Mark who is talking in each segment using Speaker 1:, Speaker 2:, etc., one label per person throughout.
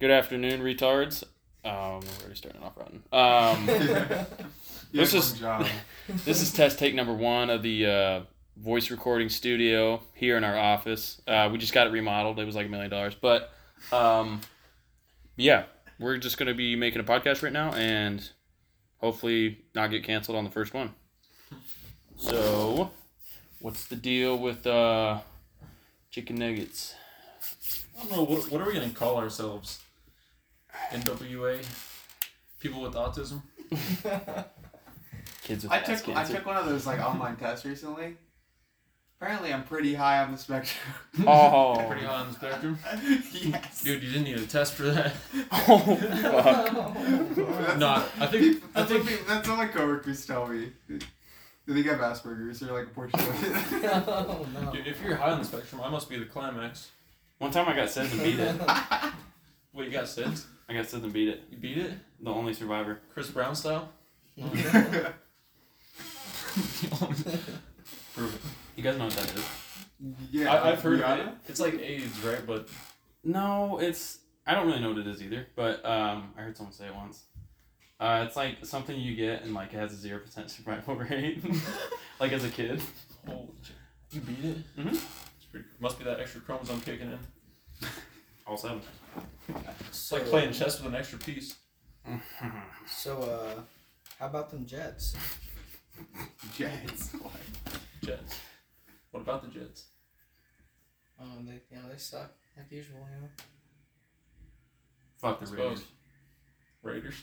Speaker 1: Good afternoon, retards. Um, we're already starting off rotten. Um,
Speaker 2: You
Speaker 1: This
Speaker 2: had
Speaker 1: is-
Speaker 2: one job.
Speaker 1: this is test take number one of the uh, voice recording studio here in our office. Uh, we just got it remodeled. It was like a million dollars, but um, yeah, we're just gonna be making a podcast right now and hopefully not get canceled on the first one. So, what's the deal with uh, chicken nuggets?
Speaker 3: I don't know. What, what are we going to call ourselves? NWA? People with autism?
Speaker 1: Kids with
Speaker 2: I
Speaker 1: ass
Speaker 2: took I
Speaker 1: cancer.
Speaker 2: took one of those like online tests recently. Apparently, I'm pretty high on the spectrum.
Speaker 3: Pretty
Speaker 1: Oh,
Speaker 3: high on the spectrum.
Speaker 2: yes.
Speaker 3: Dude, you didn't need a test for that.
Speaker 1: oh fuck.
Speaker 2: That's-
Speaker 3: No, I think- I
Speaker 2: that's what
Speaker 3: think-
Speaker 2: peop- that's what my coworkers tell me. They think I have Asperger's or like a portion of it.
Speaker 4: Oh, no.
Speaker 3: Dude, if you're high on the spectrum, I must be the climax.
Speaker 1: One time I got said to beat it.
Speaker 3: Wait, you got SIDS?
Speaker 1: I got said to beat it.
Speaker 3: You beat it?
Speaker 1: The only survivor.
Speaker 3: Chris Brown style? Prove it.
Speaker 1: You guys know what that is?
Speaker 2: yeah,
Speaker 3: I, I've heard of it.
Speaker 2: Rihanna?
Speaker 3: It's like AIDS, right? But
Speaker 1: No, it's I don't really know what it is either, but um, I heard someone say it once. Uh, it's like something you get and like it has a zero percent survival rate, like as a kid.
Speaker 3: holy shit. You beat it?
Speaker 1: Mhm.
Speaker 3: It's pretty, must be that extra chromosome kicking in.
Speaker 1: All seven.
Speaker 3: It's
Speaker 4: So,
Speaker 3: like playing chess with an extra piece.
Speaker 4: So, uh, how about them Jets?
Speaker 2: Jets.
Speaker 3: Jets. What about the Jets?
Speaker 4: Um, they, you know, they suck like usual. You know.
Speaker 1: Fuck the
Speaker 3: I
Speaker 1: Raiders.
Speaker 3: suppose. Raiders.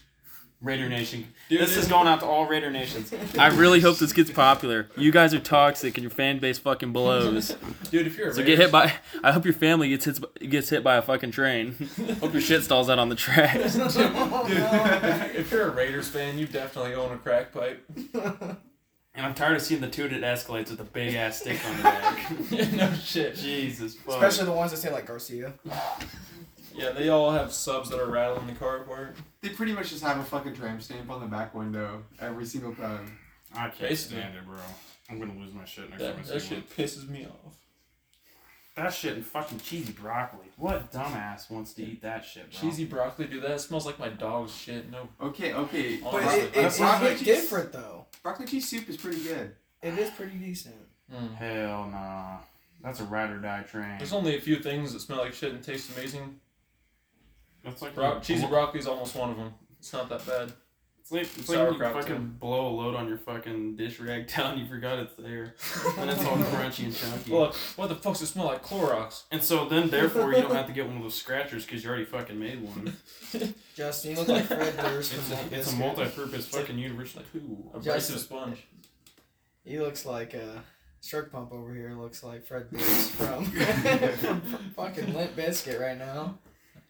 Speaker 1: Raider Nation.
Speaker 3: Dude,
Speaker 1: this
Speaker 3: it-
Speaker 1: is going out to all Raider Nations. I really hope this gets popular. You guys are toxic and your fan base fucking blows.
Speaker 3: Dude, if you're a
Speaker 1: So
Speaker 3: Raiders,
Speaker 1: get hit by. I hope your family gets hit gets hit by a fucking train. Hope your shit stalls out on the tracks.
Speaker 3: Dude,
Speaker 2: no.
Speaker 3: if you're a Raiders fan, you definitely own a crack pipe.
Speaker 1: And I'm tired of seeing the tooted Escalades with the big ass stick on the back.
Speaker 3: no shit.
Speaker 1: Jesus fuck.
Speaker 4: Especially the ones that say like Garcia.
Speaker 3: Yeah, they all have subs that are rattling the cardboard.
Speaker 2: They pretty much just have a fucking tram stamp on the back window every single time.
Speaker 1: I can't
Speaker 3: Basically.
Speaker 1: stand it, bro. I'm gonna lose my shit next time I
Speaker 3: That,
Speaker 1: see
Speaker 3: that
Speaker 1: one.
Speaker 3: shit pisses me off.
Speaker 1: That shit and fucking cheesy broccoli. What dumbass wants to eat that shit, bro?
Speaker 3: Cheesy broccoli, Mm. dude, that smells like my dog's shit. No.
Speaker 2: Okay, okay.
Speaker 3: But
Speaker 4: But
Speaker 3: Broccoli-
Speaker 4: it, it's
Speaker 2: broccoli
Speaker 4: it's
Speaker 2: cheese-
Speaker 4: different though.
Speaker 2: Broccoli cheese soup is pretty good.
Speaker 4: It is pretty decent.
Speaker 3: Mm.
Speaker 1: Hell nah. That's a ride or die train.
Speaker 3: There's only a few things that smell like shit and taste amazing.
Speaker 1: That's like
Speaker 3: Bro-
Speaker 1: you-
Speaker 3: cheesy broccoli's almost one of them. It's not that bad.
Speaker 1: It's like, it's like when you
Speaker 3: Sauerkraut,
Speaker 1: fucking
Speaker 3: too.
Speaker 1: blow a load on your fucking dish rag down. You forgot it's there, and it's all crunchy and chunky.
Speaker 3: Look, what the fuck's it smell like? Clorox.
Speaker 1: And so then, therefore, you don't have to get one of those scratchers because you already fucking made one.
Speaker 4: Justin, you look like Fred Durst
Speaker 1: It's
Speaker 4: from
Speaker 1: a,
Speaker 4: Limp
Speaker 1: it's a
Speaker 4: Bizkit.
Speaker 1: multi-purpose
Speaker 3: like-
Speaker 1: fucking universal tool.
Speaker 3: Abrasive
Speaker 4: Just-
Speaker 3: sponge.
Speaker 4: He looks like uh, Shark Pump over here looks like Fred Durst from, from fucking Limp Biscuit right now.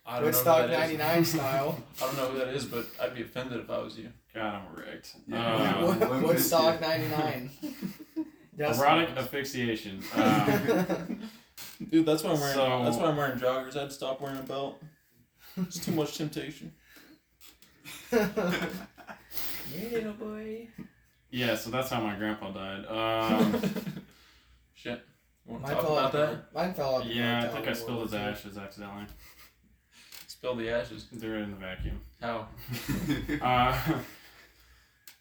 Speaker 3: I don't know.
Speaker 4: Woodstock
Speaker 3: Who that is.
Speaker 4: '99 style.
Speaker 3: I don't know who that is, but I'd be offended if I was you.
Speaker 1: God, I'm wrecked.
Speaker 2: Yeah.
Speaker 1: Uh,
Speaker 2: What? Limp
Speaker 4: Woodstock
Speaker 2: Bizkit.
Speaker 4: '99.
Speaker 1: erotic asphyxiation. Um,
Speaker 3: Dude, that's why I'm wearing
Speaker 1: So-
Speaker 3: that's why I'm wearing joggers. I'd stop wearing a belt. It's too much temptation.
Speaker 4: yeah, boy.
Speaker 1: yeah, so that's how my grandpa died. Um,
Speaker 3: Shit. You want to
Speaker 4: Mine
Speaker 3: talk
Speaker 4: fell
Speaker 3: about
Speaker 4: out.
Speaker 3: that?
Speaker 4: Mine fell out.
Speaker 1: yeah, I think I spilled his ashes accidentally.
Speaker 3: Spill the ashes.
Speaker 1: They're in the vacuum.
Speaker 3: How?
Speaker 1: Uh,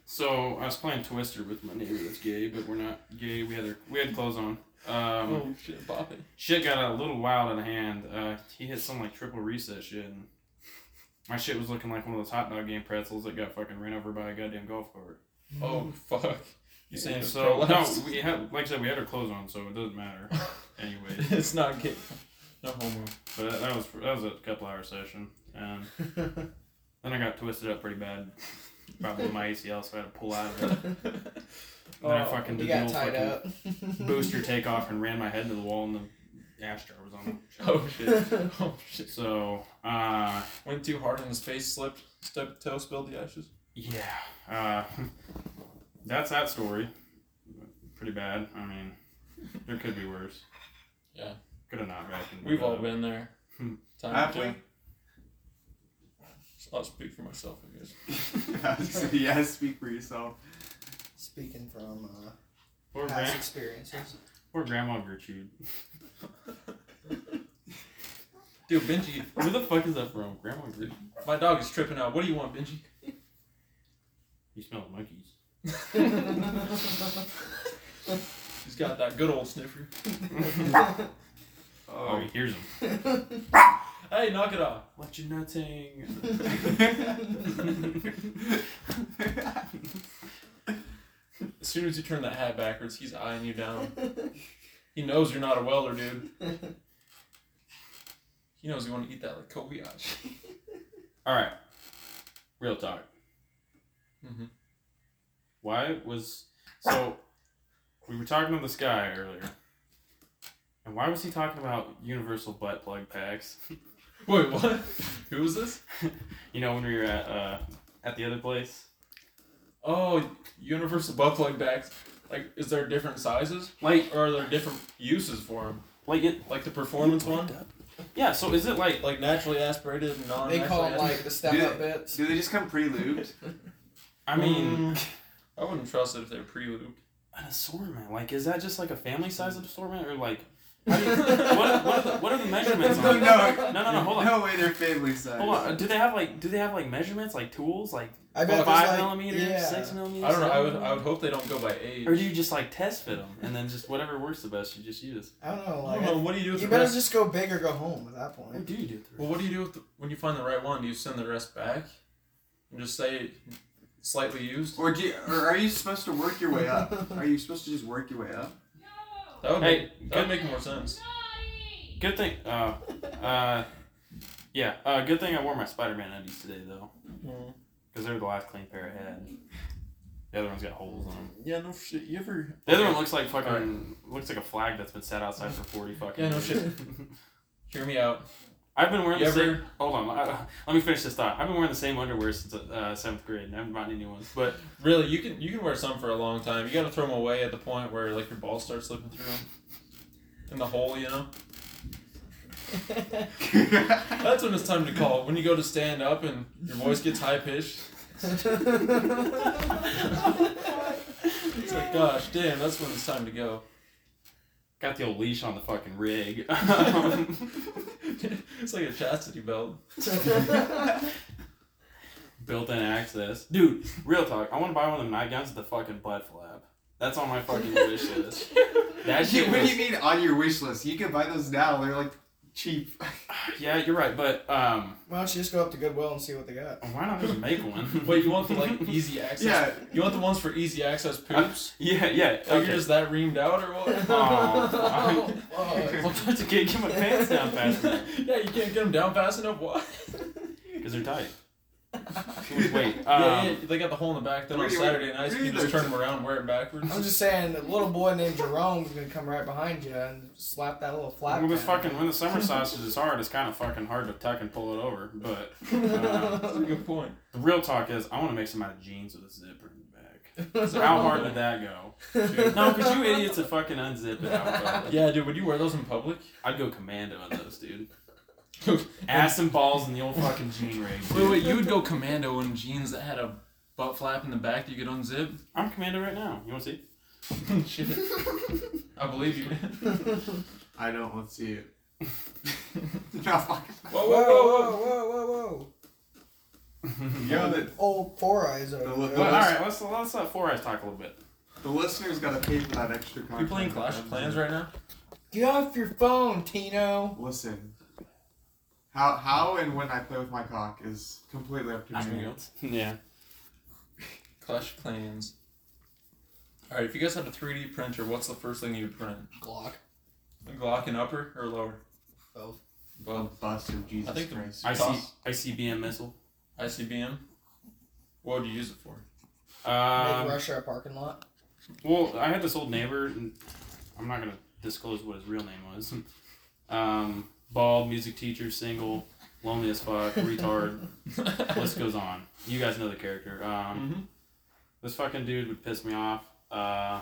Speaker 1: so I was playing Twister with my neighbor that's gay, but we're not gay. We had our, we had clothes on. Um,
Speaker 3: oh shit, Bobby.
Speaker 1: shit got a little wild out of hand. Uh, he hit some like triple reset shit, and my shit was looking like one of those hot dog game pretzels that got fucking ran over by a goddamn golf cart.
Speaker 3: Oh fuck. You
Speaker 1: And
Speaker 3: saying
Speaker 1: so?
Speaker 3: so?
Speaker 1: No, we had like I said, we had our clothes on, so it doesn't matter. Anyway,
Speaker 3: it's not gay. No homo.
Speaker 1: but that, that was that was a couple hour session. Um, then I got twisted up pretty bad. Probably my ACL, so I had to pull out of
Speaker 4: Oh.
Speaker 1: it. And then I
Speaker 3: Oh,
Speaker 1: fucking
Speaker 4: You
Speaker 1: did the
Speaker 4: got
Speaker 1: old
Speaker 4: tied
Speaker 1: fucking
Speaker 4: up.
Speaker 1: booster takeoff and ran my head into the wall, and the ash jar was on the shelf.
Speaker 3: Oh shit. Oh shit.
Speaker 1: So, uh,
Speaker 3: Went too hard on his face, slipped, stepped toe, spilled the ashes.
Speaker 1: yeah, uh, that's that story. Pretty bad. I mean, there could be worse.
Speaker 3: Yeah.
Speaker 1: Could have not vacuumed.
Speaker 3: We've
Speaker 1: it
Speaker 3: all
Speaker 1: up.
Speaker 3: been there.
Speaker 1: Hmm.
Speaker 3: Time
Speaker 2: Have
Speaker 3: to-
Speaker 2: we?
Speaker 3: I'll speak for myself, I guess.
Speaker 2: so yeah, speak for yourself.
Speaker 4: Speaking from uh,
Speaker 1: Poor,
Speaker 4: past
Speaker 1: gran-
Speaker 4: experiences.
Speaker 1: poor Grandma Gertrude.
Speaker 3: Dude, Benji, who the fuck is that from? Grandma Green? My dog is tripping out. What do you want, Benji?
Speaker 1: You smell monkeys.
Speaker 3: He's got that good old sniffer.
Speaker 1: Oh,
Speaker 2: Oh.
Speaker 1: he hears them.
Speaker 3: Hey, knock it off. What you nutting?
Speaker 2: Oh.
Speaker 3: As soon as you turn that hat backwards, he's eyeing you down. He knows you're not a welder, dude. He knows you want to eat that like Kobayashi.
Speaker 1: All right. Real talk.
Speaker 3: Mm-hmm.
Speaker 1: Why was so? We were talking to this guy earlier, and why was he talking about universal butt plug packs?
Speaker 3: Wait, what? Who was this?
Speaker 1: You know when we were at uh, at the other place.
Speaker 3: Oh, universal butt plug bags. Like, is there different sizes?
Speaker 1: Like,
Speaker 3: Or are there different uses for them?
Speaker 1: like it.
Speaker 3: Like the performance one?
Speaker 1: Yeah. So is it like
Speaker 3: Like naturally aspirated and non
Speaker 4: they call it like the step
Speaker 2: Yeah.
Speaker 4: up bits.
Speaker 2: Do they just come pre-lubed?
Speaker 1: I mean
Speaker 3: Mm. I wouldn't trust it if they're pre lubed.
Speaker 1: an assortment? Like is that just like a family size assortment or like how do you, what, what, are the, what are the measurements
Speaker 2: no,
Speaker 1: on? it? No,
Speaker 2: no,
Speaker 1: no, no. Hold on.
Speaker 2: way, they're family size.
Speaker 1: Hold on. Do they have like do they have like measurements like tools like
Speaker 4: I bet
Speaker 1: five
Speaker 4: there's like,
Speaker 1: millimeters,
Speaker 4: yeah.
Speaker 1: six millimeters?
Speaker 3: I don't know. I
Speaker 1: seven
Speaker 3: would, I
Speaker 1: millimeters?
Speaker 3: would hope they don't go by age.
Speaker 1: Or do you just like test fit them and then just whatever works the best you just use?
Speaker 4: I don't know.
Speaker 3: I
Speaker 4: Like,
Speaker 3: don't know. What do you do with
Speaker 4: you
Speaker 3: the
Speaker 4: better
Speaker 3: rest?
Speaker 4: just go big or go home at that
Speaker 1: What
Speaker 4: point.
Speaker 1: do you do? with the
Speaker 3: Well,
Speaker 1: rest?
Speaker 3: what do you do with the, when you find the right one? Do you send the rest back and just say slightly used?
Speaker 2: Or, do you, or are you supposed to work your way up? Are you supposed to just work your way up?
Speaker 3: That would
Speaker 1: Hey,
Speaker 3: make, that would
Speaker 1: good-
Speaker 3: make more sense.
Speaker 1: Good thing. Uh, uh, yeah. Uh, good thing I wore my Spider-Man undies today though, Mm. because they were the last clean pair I had. The other one's got holes on them.
Speaker 3: Yeah, no shit. You ever?
Speaker 1: The other one looks like fucking looks like a flag that's been sat outside for forty fucking.
Speaker 3: Yeah, no
Speaker 1: years.
Speaker 3: shit. Hear me out.
Speaker 1: I've been wearing
Speaker 3: You
Speaker 1: the
Speaker 3: ever-
Speaker 1: same. Hold on, I, let me finish this thought. I've been wearing the same underwear since uh, seventh grade, and I haven't bought any new ones. But
Speaker 3: Really, you can you can wear some for a long time. You gotta throw them away at the point where like your balls start slipping through them, in the hole. You know, that's when it's time to call. When you go to stand up and your voice gets high pitched, it's like, gosh, damn, that's when it's time to go.
Speaker 1: got the old leash on the fucking rig.
Speaker 3: it's like a chastity belt.
Speaker 1: Built-in access, dude. Real talk. I want to buy one of them nightgowns with the fucking butt flap. That's on my fucking wish list. That
Speaker 2: You-
Speaker 1: shit
Speaker 2: what do
Speaker 1: was,
Speaker 2: you mean on your wish list? You can buy those now. They're like cheap.
Speaker 1: Yeah, you're right, but um,
Speaker 4: Why don't you just go up to Goodwill and see what they got?
Speaker 1: why not just make one?
Speaker 3: Wait, you want the like easy access?
Speaker 2: yeah.
Speaker 3: You want the ones for easy access poops?
Speaker 1: Yeah, yeah.
Speaker 3: Like
Speaker 1: Okay.
Speaker 3: you're just that reamed out or what?
Speaker 1: Aw.
Speaker 4: Oh,
Speaker 1: Well, I can't get my pants down fast enough
Speaker 3: yeah, you can't get them down fast enough. What?
Speaker 1: because they're tight. Wait,
Speaker 3: yeah, yeah,
Speaker 1: um,
Speaker 3: they got the hole in the back. Then on
Speaker 2: Wait, wait,
Speaker 3: Saturday nights, you
Speaker 2: wait,
Speaker 3: can just
Speaker 2: wait.
Speaker 3: turn them around, wear it backwards.
Speaker 4: I'm just saying, a little boy named Jerome's gonna come right behind you and slap that little flap.
Speaker 1: when the
Speaker 4: down.
Speaker 1: fucking when the summer sausage is hard, it's kind of fucking hard to tuck and pull it over. But
Speaker 3: That's a good point.
Speaker 1: the real talk is, I want to make some out of jeans with a zipper in the back. So how hard did that go? No, because you idiots would fucking unzip it out. probably.
Speaker 3: Yeah, dude, would you wear those in public?
Speaker 1: I'd go commando on those, dude. Ass and balls in the old fucking jean rig. dude.
Speaker 3: Wait, wait, you would go commando in jeans that had a butt flap in the back that you could unzip?
Speaker 1: I'm commando right now. You want to see?
Speaker 3: Shit. I believe you. whoa,
Speaker 2: I don't want to see it. no, fuck.
Speaker 3: whoa,
Speaker 4: Whoa,
Speaker 3: whoa,
Speaker 4: whoa,
Speaker 3: whoa.
Speaker 4: whoa, whoa, whoa!
Speaker 2: Yo, the,
Speaker 4: Old four eyes over
Speaker 2: The look-
Speaker 1: Well,
Speaker 4: there.
Speaker 1: all right, let's let's let Four Eyes talk a little bit.
Speaker 2: the listeners gotta pay for that extra
Speaker 3: Are
Speaker 2: content.
Speaker 3: you playing Clash of Clans right now?
Speaker 4: Get off your phone, Tino.
Speaker 2: Listen. How how and when I play with my cock is completely up to me.
Speaker 1: Yeah.
Speaker 3: Clash of Clans. All right, if you guys had a 3D printer, what's the first thing you'd print?
Speaker 4: Glock.
Speaker 3: A Glock in upper or lower?
Speaker 4: Both.
Speaker 2: A
Speaker 3: Both.
Speaker 2: bust of Jesus
Speaker 3: I think the-
Speaker 2: Christ.
Speaker 1: I see.
Speaker 3: Toss.
Speaker 1: ICBM missile.
Speaker 3: ICBM. What would you use it for?
Speaker 4: Big
Speaker 1: Um,
Speaker 4: rush our parking lot.
Speaker 1: well, I had this old neighbor, and I'm not gonna disclose what his real name was. Um, bald, music teacher, single, lonely as fuck, retard. List goes on. You guys know the character. Um,
Speaker 3: Mhm.
Speaker 1: this fucking dude would piss me off. Uh,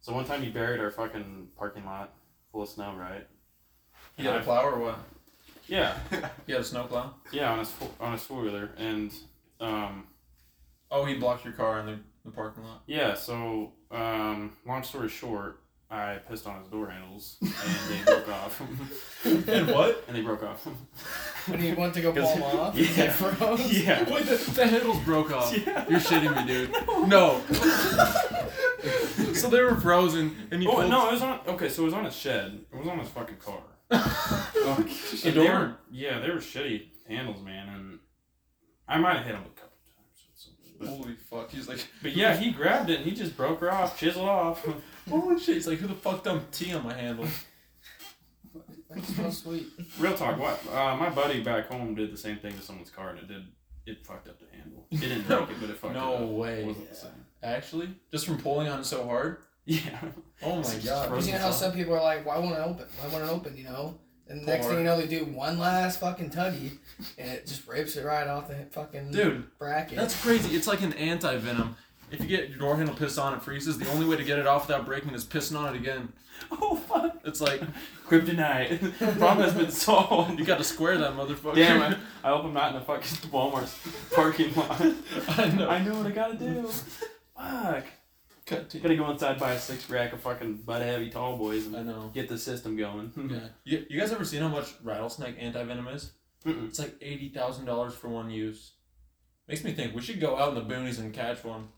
Speaker 1: so one time he buried our fucking parking lot full of snow, right?
Speaker 3: You got a plow or what?
Speaker 1: Yeah,
Speaker 3: You got a snow plow?
Speaker 1: yeah, on his fo- on his four wheeler, and um,
Speaker 3: Oh, he blocked your car in the, the parking lot.
Speaker 1: Yeah, so um, long story short, I pissed on his door handles and they broke off.
Speaker 3: and what?
Speaker 1: And they broke off.
Speaker 4: When you went to go
Speaker 1: 'Cause-
Speaker 4: palm off,
Speaker 1: yeah.
Speaker 4: yeah. it froze.
Speaker 1: yeah.
Speaker 3: Wait, the, the handles broke off.
Speaker 1: Yeah.
Speaker 3: You're shitting me, dude. No. so they were frozen, and you
Speaker 1: Oh
Speaker 3: pulled-
Speaker 1: no, it was on. Okay, so it was on his shed. It was on his fucking car.
Speaker 2: Oh,
Speaker 1: And
Speaker 3: door?
Speaker 1: They were, yeah, they were shitty handles, man. And I might have hit him a couple times. It's- But,
Speaker 3: Holy fuck! He's like,
Speaker 1: but yeah, he grabbed it and he just broke her off, chiseled off.
Speaker 3: holy shit! He's like, who the fuck dumped tea on my handle?
Speaker 4: That's so sweet.
Speaker 1: Real talk, what? Uh, my buddy back home did the same thing to someone's car, and it did. It fucked up the handle. It didn't break it, but it fucked
Speaker 3: No
Speaker 1: it up.
Speaker 3: way.
Speaker 1: It wasn't the
Speaker 4: Yeah.
Speaker 1: same.
Speaker 3: Actually, just from pulling on it so hard.
Speaker 1: Yeah.
Speaker 3: Oh my
Speaker 1: Just
Speaker 3: god!
Speaker 1: frozen
Speaker 4: you know how
Speaker 1: solid.
Speaker 4: some people are like, why won't it open? Why won't it open, you know? And the next
Speaker 3: Poor.
Speaker 4: thing you know, they do one last fucking tuggy, and it just rips it right off the fucking
Speaker 3: Dude,
Speaker 4: bracket.
Speaker 3: that's crazy. It's like an anti-venom. If you get your door handle pissed on, it freezes. The only way to get it off without breaking is pissing on it again.
Speaker 1: Oh fuck.
Speaker 3: It's like
Speaker 1: Kryptonite. Problem has been solved.
Speaker 3: you got to square that motherfucker.
Speaker 1: Damn it. I hope I'm not in the fucking Walmart's parking lot.
Speaker 3: I know.
Speaker 1: I know what I gotta do. Fuck.
Speaker 3: Cut to-
Speaker 1: Gotta go inside buy a six rack of fucking butt heavy tall boys
Speaker 3: I
Speaker 1: and
Speaker 3: know.
Speaker 1: get the system going.
Speaker 3: Yeah. You, you guys ever seen how much rattlesnake anti-venom is?
Speaker 1: Mm-mm.
Speaker 3: It's like eighty thousand dollars for one use. Makes me think we should go out in the boonies and catch one.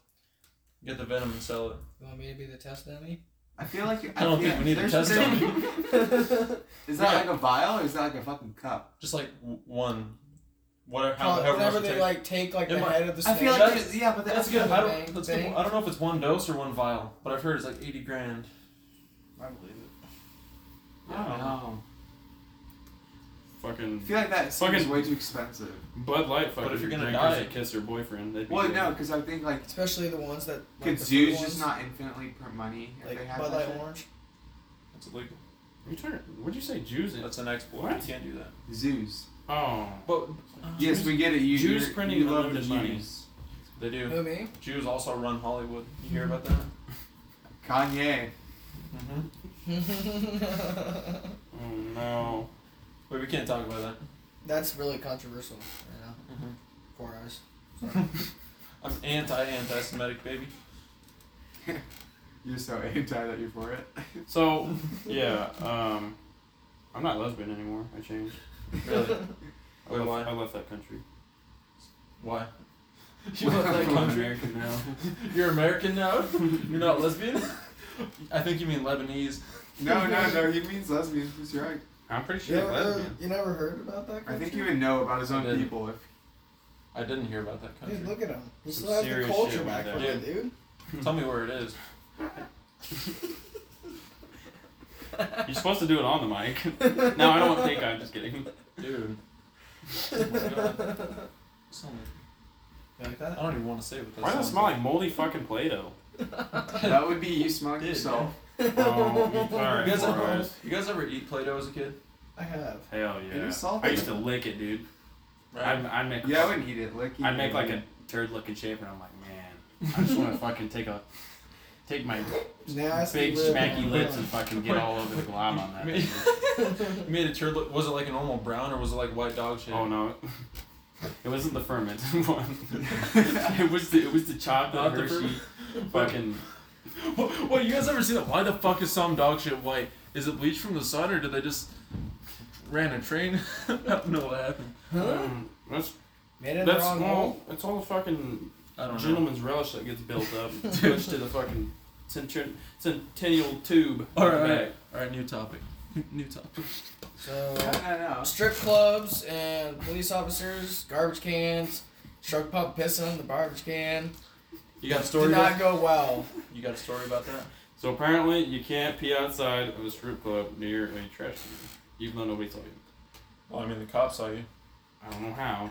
Speaker 3: Get the venom and sell it.
Speaker 4: You want me to be the test dummy?
Speaker 2: I feel like you-
Speaker 3: I don't think we need to
Speaker 2: there's-
Speaker 3: test
Speaker 2: there's-
Speaker 4: Probably
Speaker 2: Is that like a vial or is that like a fucking cup?
Speaker 3: Just like w- one, whatever. How, however much
Speaker 4: Uh, Whenever
Speaker 3: it
Speaker 4: Oh, they
Speaker 3: takes.
Speaker 4: like take like
Speaker 3: It
Speaker 4: the
Speaker 3: might-
Speaker 4: head of the snake.
Speaker 2: I feel like
Speaker 3: That's-
Speaker 2: it- yeah, but
Speaker 3: That's
Speaker 2: that's
Speaker 3: good. I don't.
Speaker 4: Bang,
Speaker 3: That's good.
Speaker 4: bang.
Speaker 3: I don't know if it's one dose or one vial, but I've heard it's like eighty grand.
Speaker 2: I believe it.
Speaker 1: I don't know.
Speaker 2: I
Speaker 1: Fucking
Speaker 2: feel like that seems
Speaker 1: Fucking-
Speaker 2: way too expensive.
Speaker 1: Bud Light fucking
Speaker 3: But if you're gonna
Speaker 1: drinkers
Speaker 3: die-
Speaker 1: that kiss her boyfriend. That'd be
Speaker 2: Well,
Speaker 1: gay.
Speaker 2: no, because I think like
Speaker 4: especially the ones that
Speaker 2: could
Speaker 4: like, the fruit
Speaker 2: zoos
Speaker 4: ones,
Speaker 2: just not infinitely print money if
Speaker 4: like
Speaker 2: they have
Speaker 4: Bud
Speaker 2: that
Speaker 4: Light
Speaker 2: shit?
Speaker 4: orange.
Speaker 3: That's illegal.
Speaker 1: You turn, what'd you say, Jews? In?
Speaker 3: That's an export.
Speaker 1: What?
Speaker 3: You can't do that.
Speaker 2: Zoos.
Speaker 1: Oh.
Speaker 3: But
Speaker 2: Yes, we get it. You,
Speaker 1: Jews
Speaker 2: you're-
Speaker 1: printing
Speaker 2: you love
Speaker 1: unlimited money.
Speaker 2: Jews.
Speaker 3: they do.
Speaker 4: Who me?
Speaker 3: Jews also run Hollywood. You hear about that?
Speaker 2: Kanye.
Speaker 3: Mm-hmm.
Speaker 1: Oh no.
Speaker 3: Wait, we can't talk about that.
Speaker 4: That's really controversial. You know,
Speaker 3: Mhm.
Speaker 4: poor eyes.
Speaker 3: I'm anti-anti-Semitic, baby.
Speaker 2: You're so anti that you're for it.
Speaker 1: So, yeah, um, I'm not lesbian anymore. I changed.
Speaker 3: Really?
Speaker 1: I
Speaker 3: Wait,
Speaker 1: left,
Speaker 3: why?
Speaker 1: I left that country.
Speaker 3: Why? You left that
Speaker 1: I'm
Speaker 3: country.
Speaker 1: American now.
Speaker 3: You're American now. You're not lesbian. I think you mean Lebanese.
Speaker 2: No, no, no. He means lesbians. He's right.
Speaker 1: I'm pretty
Speaker 4: You
Speaker 1: sure
Speaker 4: never,
Speaker 1: lesbian.
Speaker 4: you never heard about that?
Speaker 2: I
Speaker 4: Culture?
Speaker 2: think he would know about his
Speaker 3: I
Speaker 2: own
Speaker 3: did.
Speaker 2: people. If
Speaker 3: I didn't hear about that
Speaker 4: Dude,
Speaker 3: country.
Speaker 4: look at him. He
Speaker 1: Some
Speaker 4: still has the
Speaker 1: serious shit
Speaker 4: culture
Speaker 1: went
Speaker 4: back
Speaker 1: down.
Speaker 4: from it, dude.
Speaker 3: Tell me where it is.
Speaker 1: You're supposed to do it on the mic. no, I don't think I'm just kidding.
Speaker 3: Dude, Sound like-
Speaker 4: You like
Speaker 3: I
Speaker 2: Oh,
Speaker 4: that?
Speaker 3: don't even want to say what that
Speaker 1: Why does it
Speaker 3: sounds
Speaker 1: smell like moldy fucking Play-Doh?
Speaker 2: that would be you smelling
Speaker 3: Dude,
Speaker 2: yourself.
Speaker 1: Oh,
Speaker 3: You
Speaker 1: sorry.
Speaker 3: guys,
Speaker 1: Four
Speaker 3: ever,
Speaker 1: eyes.
Speaker 3: you guys ever eat Play-Doh as a kid?
Speaker 4: I have.
Speaker 1: Hell
Speaker 2: It
Speaker 1: yeah.
Speaker 2: is salty.
Speaker 1: I used to lick it, dude. I'd, I'd make,
Speaker 2: Yeah, I wouldn't eat it. Like he
Speaker 1: I'd make
Speaker 2: did.
Speaker 1: like a turd-looking shape, and I'm like, man, I just want to fucking take a, take my
Speaker 4: Nasty
Speaker 1: big
Speaker 4: lip.
Speaker 1: smacky lips and fucking get all over the glob on that.
Speaker 3: You made a turd. Look, was it like an normal brown or was it like white dog shit?
Speaker 1: Oh no, it wasn't the fermented one. it was the it was the chocolate
Speaker 3: Not the
Speaker 1: Hershey fucking.
Speaker 3: What, what, you guys ever seen that? Why the fuck is some dog shit white? Is it bleached from the sun or did they just ran a train? I don't know what happened.
Speaker 4: Huh?
Speaker 1: Mm, that's
Speaker 4: Made it in the
Speaker 1: that's
Speaker 4: wrong
Speaker 1: all.
Speaker 4: hole.
Speaker 1: It's all the fucking
Speaker 3: I don't know.
Speaker 1: gentleman's relish that gets built up, pushed to the fucking centri- centennial tube.
Speaker 3: All
Speaker 1: in the
Speaker 3: right.
Speaker 1: back.
Speaker 3: All right, new topic. new topic.
Speaker 4: So
Speaker 2: No, no, no.
Speaker 4: strip clubs and police officers, garbage cans, shark pump pissing in the garbage can.
Speaker 3: You got a
Speaker 4: Did
Speaker 3: story?
Speaker 4: not
Speaker 3: About,
Speaker 4: go well.
Speaker 3: you got a story about that?
Speaker 1: So apparently, you can't pee outside of a strip club near a trash can, even though nobody told you.
Speaker 3: Well, I mean, the cops saw you.
Speaker 1: I don't know how.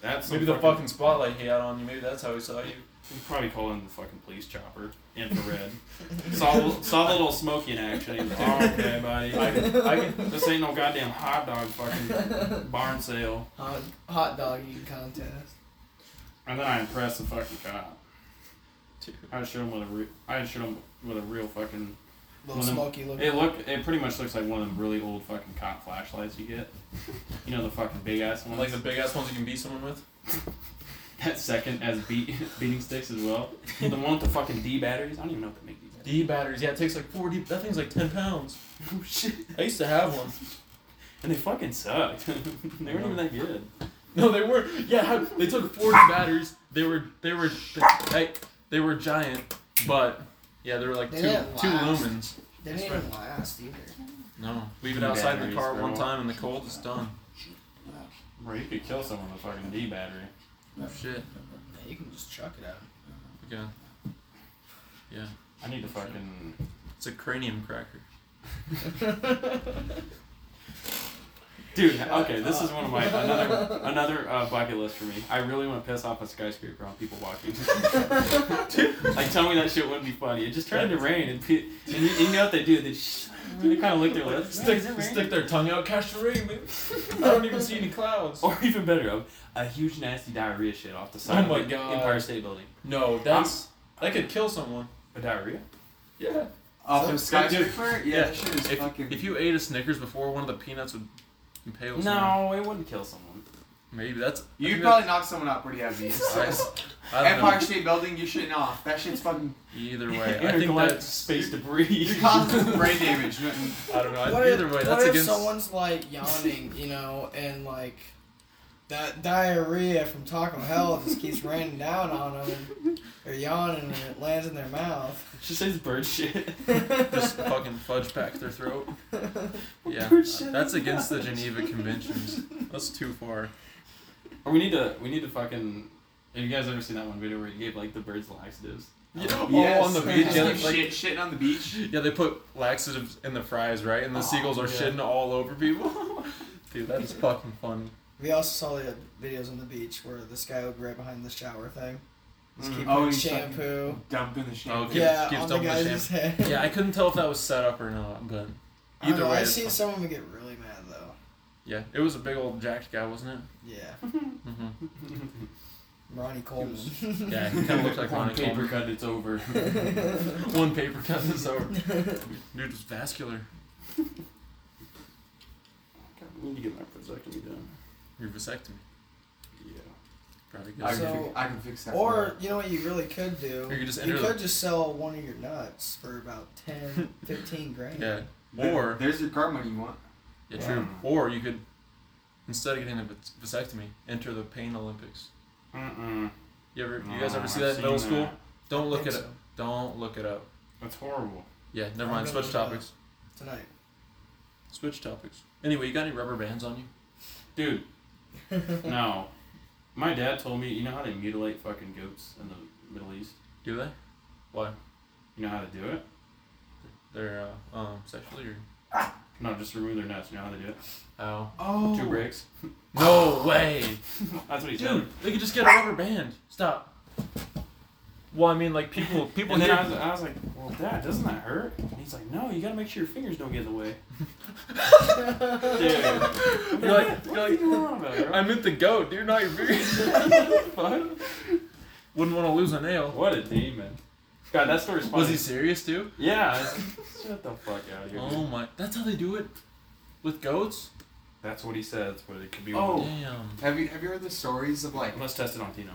Speaker 1: That's some
Speaker 3: Maybe the fucking spotlight he had on you. Maybe that's how he saw you.
Speaker 1: You probably call in the fucking police chopper, infrared. saw saw the little smoky in action. He was like, "Oh, okay, buddy.
Speaker 3: I, I can.
Speaker 1: This ain't no goddamn hot dog fucking barn sale.
Speaker 4: Hot, hot dog eating contest.
Speaker 1: And then I impressed the fucking cop.
Speaker 3: Dude.
Speaker 1: I showed him with a re- I showed him with a real fucking.
Speaker 4: Little
Speaker 1: One of-
Speaker 4: smoky looking.
Speaker 1: It look. It pretty much looks like one of them really old fucking cop flashlights you get. You know the fucking big ass ones.
Speaker 3: Like the big ass ones you can beat someone with.
Speaker 1: that second as beat beating sticks as well. The one with the fucking D batteries. I don't even know if they make D batteries.
Speaker 3: D batteries. Yeah, it takes like forty. That thing's like ten pounds.
Speaker 1: Oh shit.
Speaker 3: I used to have one.
Speaker 1: And they fucking sucked. they weren't even that good.
Speaker 3: No, they were. Yeah, how- they took forty batteries. They were. They were. They, they were giant, but yeah, they were like
Speaker 4: They
Speaker 3: two
Speaker 4: didn't
Speaker 3: two
Speaker 4: last.
Speaker 3: lumens.
Speaker 4: They didn't even last either.
Speaker 3: No, leave it
Speaker 1: Two
Speaker 3: outside the
Speaker 1: batteries,
Speaker 3: car
Speaker 1: they're
Speaker 3: one
Speaker 1: all-
Speaker 3: time in the cold. It's done.
Speaker 1: Bro, you could kill someone with a fucking D battery.
Speaker 3: Shit.
Speaker 4: Yeah, you can just chuck it at 'em.
Speaker 3: Okay. Yeah,
Speaker 1: I need to fucking.
Speaker 3: it's a cranium cracker.
Speaker 1: Dude, okay, this is one of my another another uh, bucket list for me. I really want to piss off a skyscraper on people walking. like, tell me that shit wouldn't be funny. It just turned to rain, and, pe- and you, you know what they do? They, just, they kind of lick their lips.
Speaker 3: Stick,
Speaker 1: Is it raining?
Speaker 3: stick their tongue out, catch the rain, man. I don't even see any clouds.
Speaker 1: Or even better, a, a huge nasty diarrhea shit off the side
Speaker 3: Oh my
Speaker 1: of the
Speaker 3: God.
Speaker 1: Empire State Building.
Speaker 3: No, that's that could kill someone.
Speaker 1: A diarrhea?
Speaker 3: Yeah.
Speaker 2: Off of
Speaker 3: So-
Speaker 2: skyscraper? Yeah, that shit is
Speaker 3: If,
Speaker 2: fucking.
Speaker 3: if you ate a Snickers before, one of the peanuts would impale someone.
Speaker 1: No, it wouldn't kill someone.
Speaker 3: Maybe that's. I
Speaker 2: You'd
Speaker 3: think
Speaker 2: probably knock someone out pretty heavy.
Speaker 3: that's- I don't
Speaker 2: Empire
Speaker 3: know.
Speaker 2: State Building, you shitting off. That shit's fucking.
Speaker 3: Either way, I think
Speaker 1: Intergalactic
Speaker 3: that's.
Speaker 1: space debris.
Speaker 2: It causes brain damage. nothing.
Speaker 3: I don't know. I-
Speaker 4: What if-
Speaker 3: either way,
Speaker 4: what
Speaker 3: that's
Speaker 4: if
Speaker 3: against.
Speaker 4: someone's like yawning, you know, and like that diarrhea from Taco Hell just keeps raining down on them. They're yawning and it lands in their mouth.
Speaker 1: She says bird shit.
Speaker 3: Just fucking fudge pack their throat. Yeah,
Speaker 2: Oh,
Speaker 1: Bird shit
Speaker 3: that's
Speaker 1: is
Speaker 3: against the
Speaker 1: nuts.
Speaker 3: Geneva Conventions. That's too far.
Speaker 1: Or we need to we need to fucking. Have you guys ever seen that one video where you gave like the birds laxatives?
Speaker 3: Yeah,
Speaker 2: Yes.
Speaker 3: all on the
Speaker 2: man.
Speaker 3: beach.
Speaker 2: Just
Speaker 3: Yeah,
Speaker 2: keep
Speaker 3: like-
Speaker 2: shit, shitting on the beach.
Speaker 3: Yeah, they put laxatives in the fries, right? And the
Speaker 1: Oh,
Speaker 3: seagulls
Speaker 1: yeah.
Speaker 3: are shitting all over people. Dude, that is fucking fun.
Speaker 4: We also saw the videos on the beach where this guy would be right behind the shower thing. Just
Speaker 3: Mm.
Speaker 4: keep
Speaker 2: Oh,
Speaker 4: putting
Speaker 2: he's fucking-
Speaker 4: shampoo.
Speaker 2: Dumping the shit.
Speaker 3: Oh, keep-
Speaker 4: yeah,
Speaker 3: keeps
Speaker 4: on the
Speaker 3: dumping the
Speaker 4: guy's head.
Speaker 3: Yeah, I couldn't tell if that was set up or not, but
Speaker 4: I don't
Speaker 3: either
Speaker 4: know,
Speaker 3: way.
Speaker 4: I
Speaker 3: it's
Speaker 4: seen
Speaker 3: fun.
Speaker 4: someone would get really mad though.
Speaker 3: Yeah, it was a big old jacked guy, wasn't
Speaker 4: Yeah,
Speaker 3: it? hmm
Speaker 4: Ronnie Coleman.
Speaker 3: Yeah, he kind of looked like
Speaker 1: on
Speaker 3: Ronnie
Speaker 1: paper
Speaker 3: Coleman.
Speaker 1: cut, it's over.
Speaker 3: One paper cut is over. Dude was vascular.
Speaker 1: I need to get my vasectomy done.
Speaker 3: Your vasectomy.
Speaker 1: Yeah.
Speaker 3: Probably good.
Speaker 2: I, can
Speaker 4: So-
Speaker 2: fi- I can fix that. for
Speaker 4: Or
Speaker 2: you.
Speaker 4: you know what you really could do?
Speaker 3: Or you could just enter the-
Speaker 4: could just sell one of your nuts for about 10, 15 grand.
Speaker 3: yeah.
Speaker 2: There-
Speaker 3: Or
Speaker 2: There's your car money you want.
Speaker 3: yeah, true. Or you could instead of getting a vas- vasectomy, enter the pain Olympics.
Speaker 1: Mm-mm.
Speaker 3: You ever you
Speaker 1: No,
Speaker 3: guys ever see
Speaker 1: Oh, I've
Speaker 3: that in middle
Speaker 1: seen
Speaker 3: school?
Speaker 1: that.
Speaker 3: Don't look
Speaker 4: Think
Speaker 3: it up.
Speaker 4: so.
Speaker 3: Don't look it up.
Speaker 1: That's horrible.
Speaker 3: Yeah, never
Speaker 4: I'm
Speaker 3: mind.
Speaker 4: gonna look
Speaker 3: Switch
Speaker 4: it up.
Speaker 3: topics.
Speaker 4: Tonight.
Speaker 3: Switch topics. Anyway, you got any rubber bands on you?
Speaker 1: Dude, no. My dad told me, you know how they mutilate fucking goats in the Middle East?
Speaker 3: Do they? Why?
Speaker 1: You know how to do it?
Speaker 3: They're uh, um sexually or
Speaker 1: No, just remove their nuts. You know how they do it?
Speaker 3: oh.
Speaker 2: Oh.
Speaker 1: Two bricks.
Speaker 3: No way.
Speaker 1: That's what he said.
Speaker 3: Dude, they could just get a rubber band. Stop. Well, I mean, like people, people
Speaker 1: and then
Speaker 3: hear.
Speaker 1: I was, I was like, well, Dad, doesn't that hurt? And he's like, no, you gotta make sure your fingers don't get in the way. Dude.
Speaker 3: You're like,
Speaker 1: what are
Speaker 3: you're
Speaker 1: you
Speaker 3: like,
Speaker 1: on about, bro?
Speaker 3: I meant the goat, dude, not your beard.
Speaker 1: Fuck.
Speaker 3: Wouldn't want to lose a nail.
Speaker 1: What a demon. God, that story's funny.
Speaker 3: Was he serious too?
Speaker 1: Yeah. it's- Shut the fuck out of here.
Speaker 3: Oh my, that's how they do it with goats.
Speaker 1: That's what he says, but it could be
Speaker 2: Oh.
Speaker 1: wrong.
Speaker 3: Damn.
Speaker 2: Have you have you heard the stories of like
Speaker 1: Let's test it on Tino.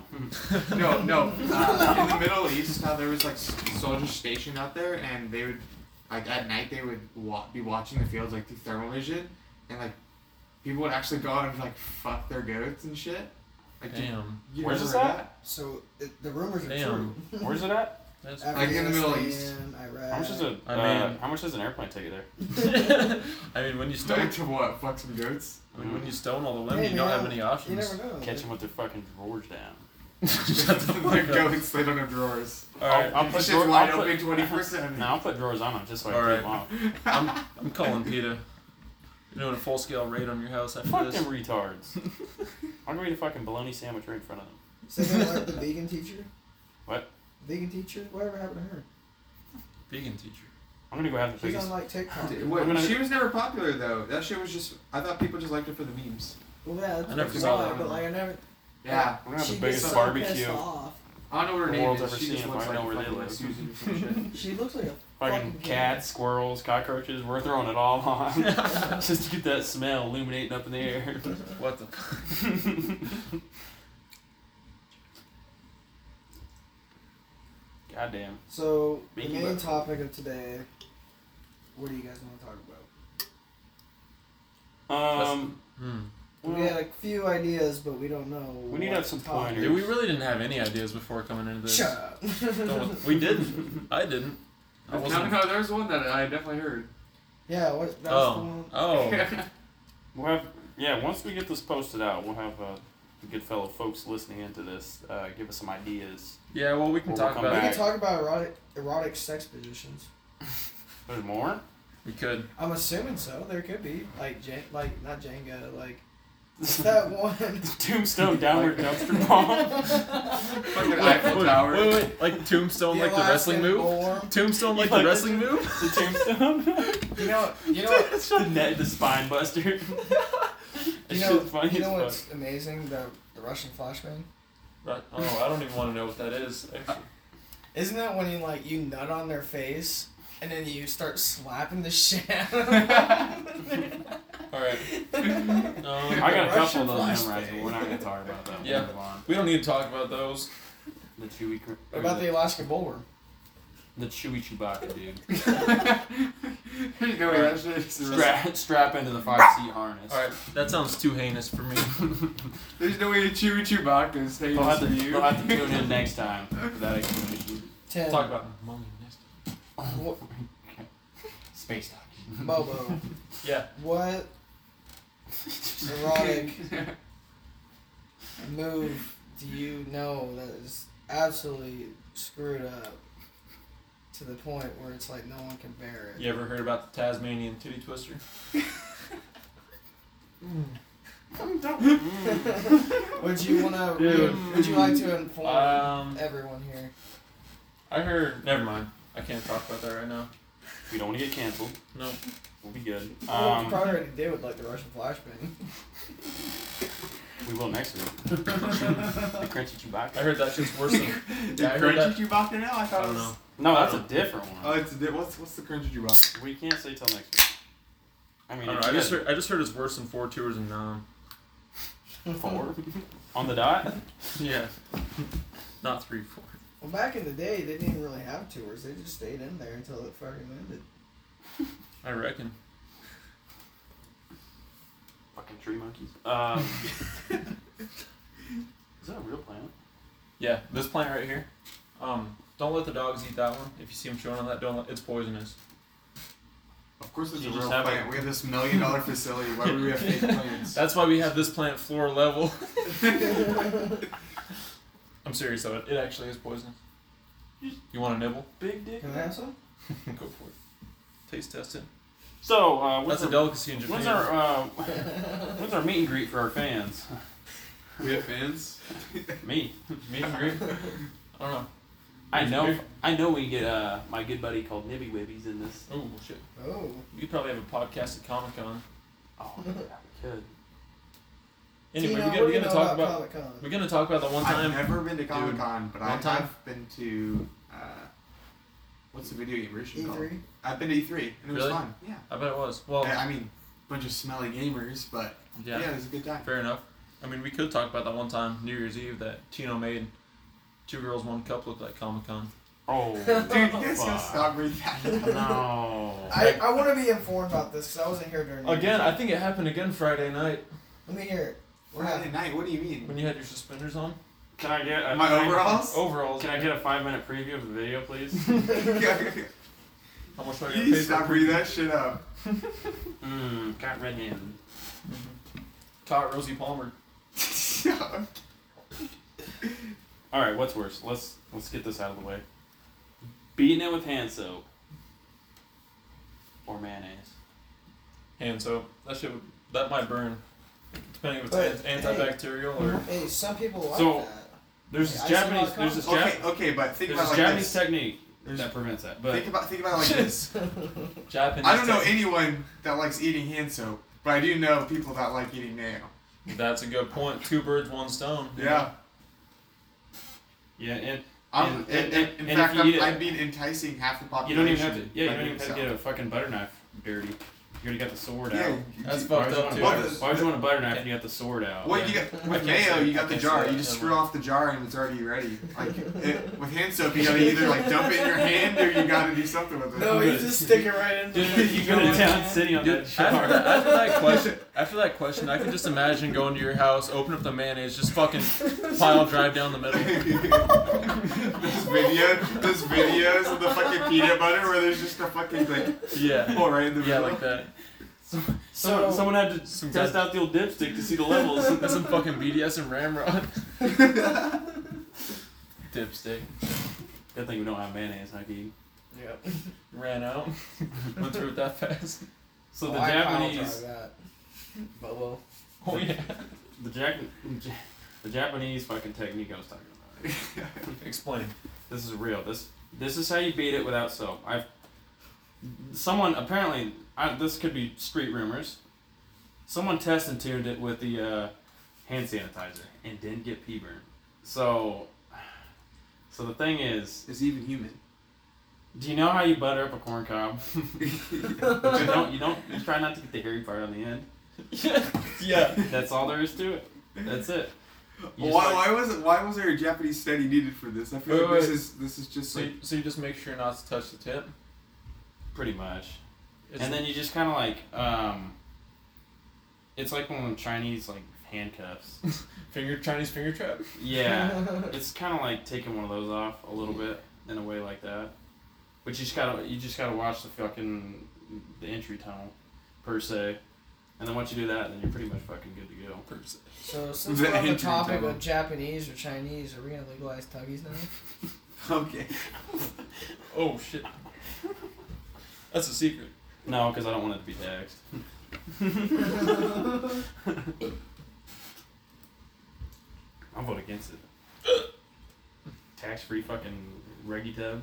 Speaker 2: no no uh, in the Middle East how there was like s- soldiers stationed out there and they would like at night they would wa- be watching the fields like through thermal vision and like people would actually go out and like fuck their goats and shit. Like you-
Speaker 3: Damn.
Speaker 2: you
Speaker 1: Where's
Speaker 2: never
Speaker 1: this
Speaker 2: heard
Speaker 1: at?
Speaker 4: So it, the rumors are true.
Speaker 3: Damn.
Speaker 1: Where's it at?
Speaker 3: That's.
Speaker 2: Like in the Middle
Speaker 4: Afghanistan, Iraq.
Speaker 1: How much is a
Speaker 3: I
Speaker 1: uh,
Speaker 3: mean-
Speaker 1: how much does an airplane ticket there?
Speaker 3: I mean, when you
Speaker 2: that?
Speaker 3: stone,
Speaker 2: Like to what? Fuck some goats?
Speaker 3: I mean, when you stone all the
Speaker 4: Hey,
Speaker 3: women, you don't
Speaker 4: man,
Speaker 3: have any
Speaker 4: You
Speaker 3: options.
Speaker 4: never know.
Speaker 1: Catch them with their fucking drawers down.
Speaker 3: Shut the
Speaker 2: They're
Speaker 3: fuck up.
Speaker 2: goats. They don't have drawers.
Speaker 3: Alright,
Speaker 1: I'll, I'll
Speaker 2: This
Speaker 1: put
Speaker 2: shit's
Speaker 1: drawer-
Speaker 2: wide
Speaker 1: I'll
Speaker 2: open
Speaker 1: put-
Speaker 2: 24/7.
Speaker 1: No, I'll put drawers on them just so I
Speaker 3: All
Speaker 1: can
Speaker 3: right.
Speaker 1: take them off.
Speaker 3: I'm, I'm calling PETA. You're doing a full scale raid on your house after
Speaker 1: Fuck
Speaker 3: this.
Speaker 1: them retards. I'm gonna eat a fucking bologna sandwich right in front of them.
Speaker 4: So they like the vegan teacher.
Speaker 1: What?
Speaker 4: Vegan teacher? Whatever happened to her?
Speaker 3: Vegan teacher.
Speaker 1: I'm gonna go have the
Speaker 4: She's
Speaker 1: biggest
Speaker 4: on like TikTok.
Speaker 2: D- what-
Speaker 1: I'm gonna-
Speaker 2: she was never popular though. That shit was just. I thought people just liked her for the memes.
Speaker 4: Well, yeah, that's
Speaker 3: I never
Speaker 4: what she
Speaker 3: saw
Speaker 4: wanted,
Speaker 2: that.
Speaker 4: But like, I never.
Speaker 2: Yeah.
Speaker 1: I'm gonna have
Speaker 4: she
Speaker 1: the
Speaker 4: gets
Speaker 1: biggest
Speaker 4: so
Speaker 1: barbecue.
Speaker 4: pissed off.
Speaker 2: I don't know what her
Speaker 1: The
Speaker 2: name
Speaker 1: world's
Speaker 2: is.
Speaker 1: ever
Speaker 2: She just
Speaker 1: seen if
Speaker 2: looks
Speaker 1: I know
Speaker 2: like
Speaker 1: where they
Speaker 2: fucking
Speaker 1: live.
Speaker 2: Susan or some shit.
Speaker 4: She looks like a
Speaker 1: Fucking
Speaker 4: Fucking
Speaker 1: cats, squirrels, cockroaches, we're throwing it all on. Just to get that smell illuminating up in the air.
Speaker 3: What the fuck?
Speaker 1: God, Goddamn.
Speaker 4: So
Speaker 1: Make
Speaker 4: the
Speaker 1: you
Speaker 4: main
Speaker 1: vote.
Speaker 4: topic of today. What do you guys want to talk about?
Speaker 1: Um.
Speaker 3: Hmm.
Speaker 1: Well,
Speaker 4: we had a few ideas, but we don't know.
Speaker 1: We need to
Speaker 4: what
Speaker 1: have some
Speaker 4: talk-
Speaker 1: pointers.
Speaker 3: Dude, we really didn't have any ideas before coming into this.
Speaker 4: Shut up.
Speaker 3: Don't- we didn't. I didn't. I
Speaker 2: No,
Speaker 3: wasn't.
Speaker 2: no, there was one that I definitely heard.
Speaker 4: yeah, what? That was the
Speaker 3: Oh.
Speaker 4: one.
Speaker 3: Oh.
Speaker 1: We'll have yeah. Once we get this posted out, we'll have uh, the good fellow folks listening into this uh, give us some ideas.
Speaker 3: Yeah. Well, we can
Speaker 1: We'll
Speaker 3: talk
Speaker 1: come
Speaker 3: about
Speaker 4: We
Speaker 1: back.
Speaker 3: it.
Speaker 4: can talk about erotic, erotic sex positions.
Speaker 1: There's more.
Speaker 3: We could.
Speaker 4: I'm assuming so. There could be like, Jan- like not Jenga, like that one.
Speaker 1: Tombstone downward dumpster bomb.
Speaker 2: Fucking
Speaker 3: Wait,
Speaker 2: Eiffel
Speaker 3: wait,
Speaker 2: Tower.
Speaker 3: Wait, wait. Like tombstone, like the wrestling
Speaker 4: Alaskan
Speaker 3: move.
Speaker 4: Bullworm.
Speaker 3: Tombstone, like
Speaker 1: You
Speaker 3: the
Speaker 1: like
Speaker 3: wrestling
Speaker 1: this?
Speaker 3: move.
Speaker 1: the tombstone.
Speaker 4: You know, you know,
Speaker 1: it's the net, the spine buster. That
Speaker 4: you know,
Speaker 1: shit's funny
Speaker 4: you know
Speaker 1: as
Speaker 4: what's amazing? The the Russian flashbang.
Speaker 3: Right. Oh, I don't even want to know what that is. Actually.
Speaker 4: Isn't that when you like you nut on their face and then you start slapping the shit out of them?
Speaker 3: All right.
Speaker 1: fuck.
Speaker 3: Um,
Speaker 1: I got a couple
Speaker 4: Russian
Speaker 1: of those
Speaker 4: flash
Speaker 1: memorized, but we're not gonna talk about that. We'll
Speaker 3: Yeah.
Speaker 1: move on.
Speaker 3: we don't need to talk about those.
Speaker 1: The chewy. cr-
Speaker 4: what about the Alaska bullworm?
Speaker 1: the chewy Chewbacca dude?
Speaker 2: There you go, that shit is-
Speaker 1: Strap, strap into the five seat harness.
Speaker 3: All right. That sounds too heinous for me.
Speaker 2: There's no way to chew Chewbacca stay
Speaker 1: They'll have, to,
Speaker 2: to you.
Speaker 1: they'll have to tune in next time for that explanation.
Speaker 4: Ten.
Speaker 3: talk about mummy next.
Speaker 4: What,
Speaker 1: Space talk.
Speaker 4: Bobo.
Speaker 3: Yeah.
Speaker 4: What erotic move do you know that is absolutely screwed up to the point where it's like no one can bear it?
Speaker 3: You ever heard about the Tasmanian titty twister?
Speaker 4: Would you wanna?
Speaker 3: Dude.
Speaker 4: Would you like to inform
Speaker 3: Um,
Speaker 4: everyone here?
Speaker 3: I heard. Never mind. I can't talk about that right now.
Speaker 1: We don't want to get canceled.
Speaker 3: No.
Speaker 1: We'll be good.
Speaker 4: Well, you
Speaker 1: Um,
Speaker 4: probably already did with like the Russian flashbang.
Speaker 1: we will next week. The crunchy
Speaker 3: I
Speaker 1: Chewbacca.
Speaker 3: heard that shit's worse than.
Speaker 2: Dude,
Speaker 3: Yeah, I heard
Speaker 2: crunchy Chewbacca now? I
Speaker 3: I
Speaker 2: thought
Speaker 3: don't
Speaker 2: it was.
Speaker 3: know.
Speaker 1: No, that's a different
Speaker 3: Uh,
Speaker 2: Oh,
Speaker 1: one.
Speaker 2: it's, what's, what's the crunchy Chewbacca?
Speaker 1: We can't say till next week. I
Speaker 3: I
Speaker 1: mean,
Speaker 3: don't know.
Speaker 1: it's
Speaker 3: I just
Speaker 1: good.
Speaker 3: heard. I just heard it's worse than four tours and nine.
Speaker 1: four on the dot.
Speaker 3: Yeah. Not three, four.
Speaker 4: Well, back in the day, they didn't even really have tours. They just stayed in there until it fucking ended.
Speaker 3: I reckon.
Speaker 1: Fucking tree monkeys. Um, is that a real planet?
Speaker 3: Yeah. This plant right here. Um. Don't let the dogs eat that one. If you see them chewing on that, don't. Let, it's poisonous.
Speaker 2: Of course, it's
Speaker 1: You
Speaker 2: a
Speaker 1: just
Speaker 2: real
Speaker 1: have
Speaker 2: plant.
Speaker 1: a-
Speaker 2: We have this million dollar facility. Why would we have fake plants?
Speaker 3: That's why we have this plant floor level. I'm serious though. It, it actually is poisonous. You want to nibble?
Speaker 1: Big dick.
Speaker 4: Can I have some?
Speaker 3: Go for it. Taste test it.
Speaker 1: So, uh, what's
Speaker 3: That's a
Speaker 1: our,
Speaker 3: delicacy in Japan.
Speaker 1: when's our uh, when's our meet and greet for our fans?
Speaker 2: we have fans?
Speaker 1: Me.
Speaker 3: Meet and greet? I don't know.
Speaker 1: I know. I know. We get uh, my good buddy called Nibby Wibbies in this.
Speaker 3: Oh shit.
Speaker 4: Oh,
Speaker 3: We probably have a podcast at Comic Con.
Speaker 1: Oh, yeah, we could.
Speaker 3: Anyway,
Speaker 4: Tina,
Speaker 3: we're gonna,
Speaker 4: what
Speaker 3: we're
Speaker 4: do you
Speaker 3: gonna
Speaker 4: know
Speaker 3: talk about,
Speaker 4: Comic-Con?
Speaker 3: we're gonna talk about the one time.
Speaker 2: I've never been to Comic Con, but I
Speaker 3: one time-
Speaker 2: have been to. Uh, what's the video game version called?
Speaker 4: E3.
Speaker 2: I've been to E3, and it was
Speaker 3: Really?
Speaker 2: fun. Yeah.
Speaker 3: I bet it was. Well,
Speaker 2: I I mean, bunch of smelly gamers, but yeah,
Speaker 3: yeah,
Speaker 2: it was a good time.
Speaker 3: fair enough. I mean, we could talk about that one time New Year's Eve that Tino made. Two girls, one cup looked like Comic Con.
Speaker 1: Oh,
Speaker 2: Dude, you guys gotta
Speaker 1: fuck.
Speaker 2: stop bringing that up.
Speaker 1: No.
Speaker 4: I, I want to be informed about this because I wasn't here during. the-
Speaker 3: Again, I think it happened again Friday night
Speaker 4: Let me hear it. What
Speaker 2: Friday
Speaker 4: happened?
Speaker 2: night, what do you mean?
Speaker 3: when you had your suspenders on.
Speaker 1: Can I get a
Speaker 2: My overalls?
Speaker 3: Overalls.
Speaker 1: Can I get a five minute preview of the video, please?
Speaker 3: How much do I get
Speaker 2: you
Speaker 3: paid for
Speaker 2: stop
Speaker 3: a
Speaker 2: bringing
Speaker 3: preview?
Speaker 2: that shit up.
Speaker 1: Mmm, got red handed.
Speaker 3: Caught Rosie Palmer.
Speaker 1: All right, what's worse? Let's let's get this out of the way. Beating it with hand soap or mayonnaise.
Speaker 3: Hand soap. That shit. Would, that might burn. Depending if
Speaker 4: But,
Speaker 3: it's an- antibacterial or.
Speaker 4: Hey, some people like
Speaker 1: So-
Speaker 4: that.
Speaker 1: There's this
Speaker 4: I just
Speaker 1: Japanese.
Speaker 4: saw a
Speaker 1: There's this, Jap-
Speaker 2: okay, okay, but think
Speaker 1: there's this
Speaker 2: about like
Speaker 1: Japanese
Speaker 2: this.
Speaker 1: technique
Speaker 2: There's-
Speaker 1: that prevents that. But
Speaker 2: Think about think about it like this.
Speaker 3: Japanese.
Speaker 2: I don't know anyone that likes eating hand soap, but I do know people that like eating nail.
Speaker 3: That's a good point. Two birds, one stone.
Speaker 2: Yeah.
Speaker 1: yeah, and
Speaker 2: I'm,
Speaker 1: And-
Speaker 2: in
Speaker 1: and-
Speaker 2: in-
Speaker 1: and- and
Speaker 2: in
Speaker 1: if
Speaker 2: fact,
Speaker 1: you eat
Speaker 2: I'm,
Speaker 1: it-
Speaker 2: I'm being enticing half the
Speaker 1: you
Speaker 2: population.
Speaker 1: don't even have to. Yeah,
Speaker 2: by
Speaker 1: you don't
Speaker 2: doing
Speaker 1: even have
Speaker 2: so.
Speaker 1: to get a fucking butter knife dirty. You already got the sword
Speaker 2: Yeah.
Speaker 1: out.
Speaker 2: you-
Speaker 3: That's
Speaker 2: you-
Speaker 1: Why would
Speaker 3: fucked
Speaker 1: you
Speaker 3: up
Speaker 1: want a
Speaker 3: too.
Speaker 2: Well,
Speaker 1: butter-
Speaker 2: the-
Speaker 1: why would you want a butter knife if you got the sword out?
Speaker 2: Well, you
Speaker 3: Yeah.
Speaker 2: got,
Speaker 3: I
Speaker 2: with
Speaker 3: can't
Speaker 2: mayo,
Speaker 3: say-
Speaker 2: you
Speaker 3: I
Speaker 2: got the
Speaker 3: can't
Speaker 2: jar.
Speaker 3: say
Speaker 2: You
Speaker 3: that
Speaker 2: just
Speaker 3: that
Speaker 2: screw
Speaker 3: well.
Speaker 2: off the jar and it's already ready. Like it, with hand soap, you gotta either like dump it in your hand or you gotta do something with it.
Speaker 4: No, you just stick it right in.
Speaker 3: Dude,
Speaker 4: the-
Speaker 1: you go to town city on
Speaker 3: Dude,
Speaker 1: that
Speaker 3: after, that,
Speaker 1: jar.
Speaker 3: after that question, after that question, I can just imagine going to your house, open up the mayonnaise, just fucking pile drive down the middle.
Speaker 2: this video, this videos of the fucking peanut butter where there's just a fucking like
Speaker 3: Yeah,
Speaker 2: hole right in the
Speaker 3: yeah,
Speaker 2: middle.
Speaker 3: like that.
Speaker 1: Someone, someone had to
Speaker 3: Some
Speaker 1: test
Speaker 3: guy-
Speaker 1: out the old dipstick to see the levels.
Speaker 3: That's some fucking BDS and Ramrod dipstick.
Speaker 1: Good thing we don't have mayonnaise, I can.
Speaker 4: Yep.
Speaker 3: Ran out. Went through it that fast.
Speaker 1: So the
Speaker 4: Well, Oh, I apologize
Speaker 1: Japanese,
Speaker 4: for that. But well,
Speaker 3: Oh yeah.
Speaker 1: the Jack, the Japanese fucking technique I was talking about.
Speaker 3: Explain.
Speaker 1: This is real. This this is how you beat it without soap. I've someone apparently I, this could be street rumors. Someone test and tuned it with the uh, hand sanitizer and didn't get pee burn. So so the thing is,
Speaker 2: Is even human?
Speaker 1: do you know how you butter up a corn cob? but you don't you don't you try not to get the hairy part on the end.
Speaker 3: Yeah.
Speaker 1: That's all there is to it. That's it. You
Speaker 2: Why,
Speaker 1: just like-
Speaker 2: why was it? Why was there a Japanese study needed for this? I feel
Speaker 3: Wait,
Speaker 2: like this
Speaker 3: wait.
Speaker 2: is this is just
Speaker 3: Uh, So
Speaker 2: like
Speaker 3: you, so you just make sure not to touch the tip.
Speaker 1: pretty much.
Speaker 3: It's-
Speaker 1: and then you just kind of like, um, it's like one of them Chinese like handcuffs.
Speaker 3: finger Chinese finger trap.
Speaker 1: Yeah, it's kind of like taking one of those off a little bit in a way like that. But you just gotta you just gotta watch the fucking the entry tunnel, per se. And then once you do that, then you're pretty much fucking good to go.
Speaker 4: so since
Speaker 2: The
Speaker 4: we're on the
Speaker 2: injury
Speaker 4: topic
Speaker 2: tunnel.
Speaker 4: of Japanese or Chinese, are we gonna legalize tuggies now?
Speaker 2: okay.
Speaker 3: Oh shit. That's a secret.
Speaker 1: No, because I don't want it to be taxed. I'll vote against it. Tax free fucking reggie tub.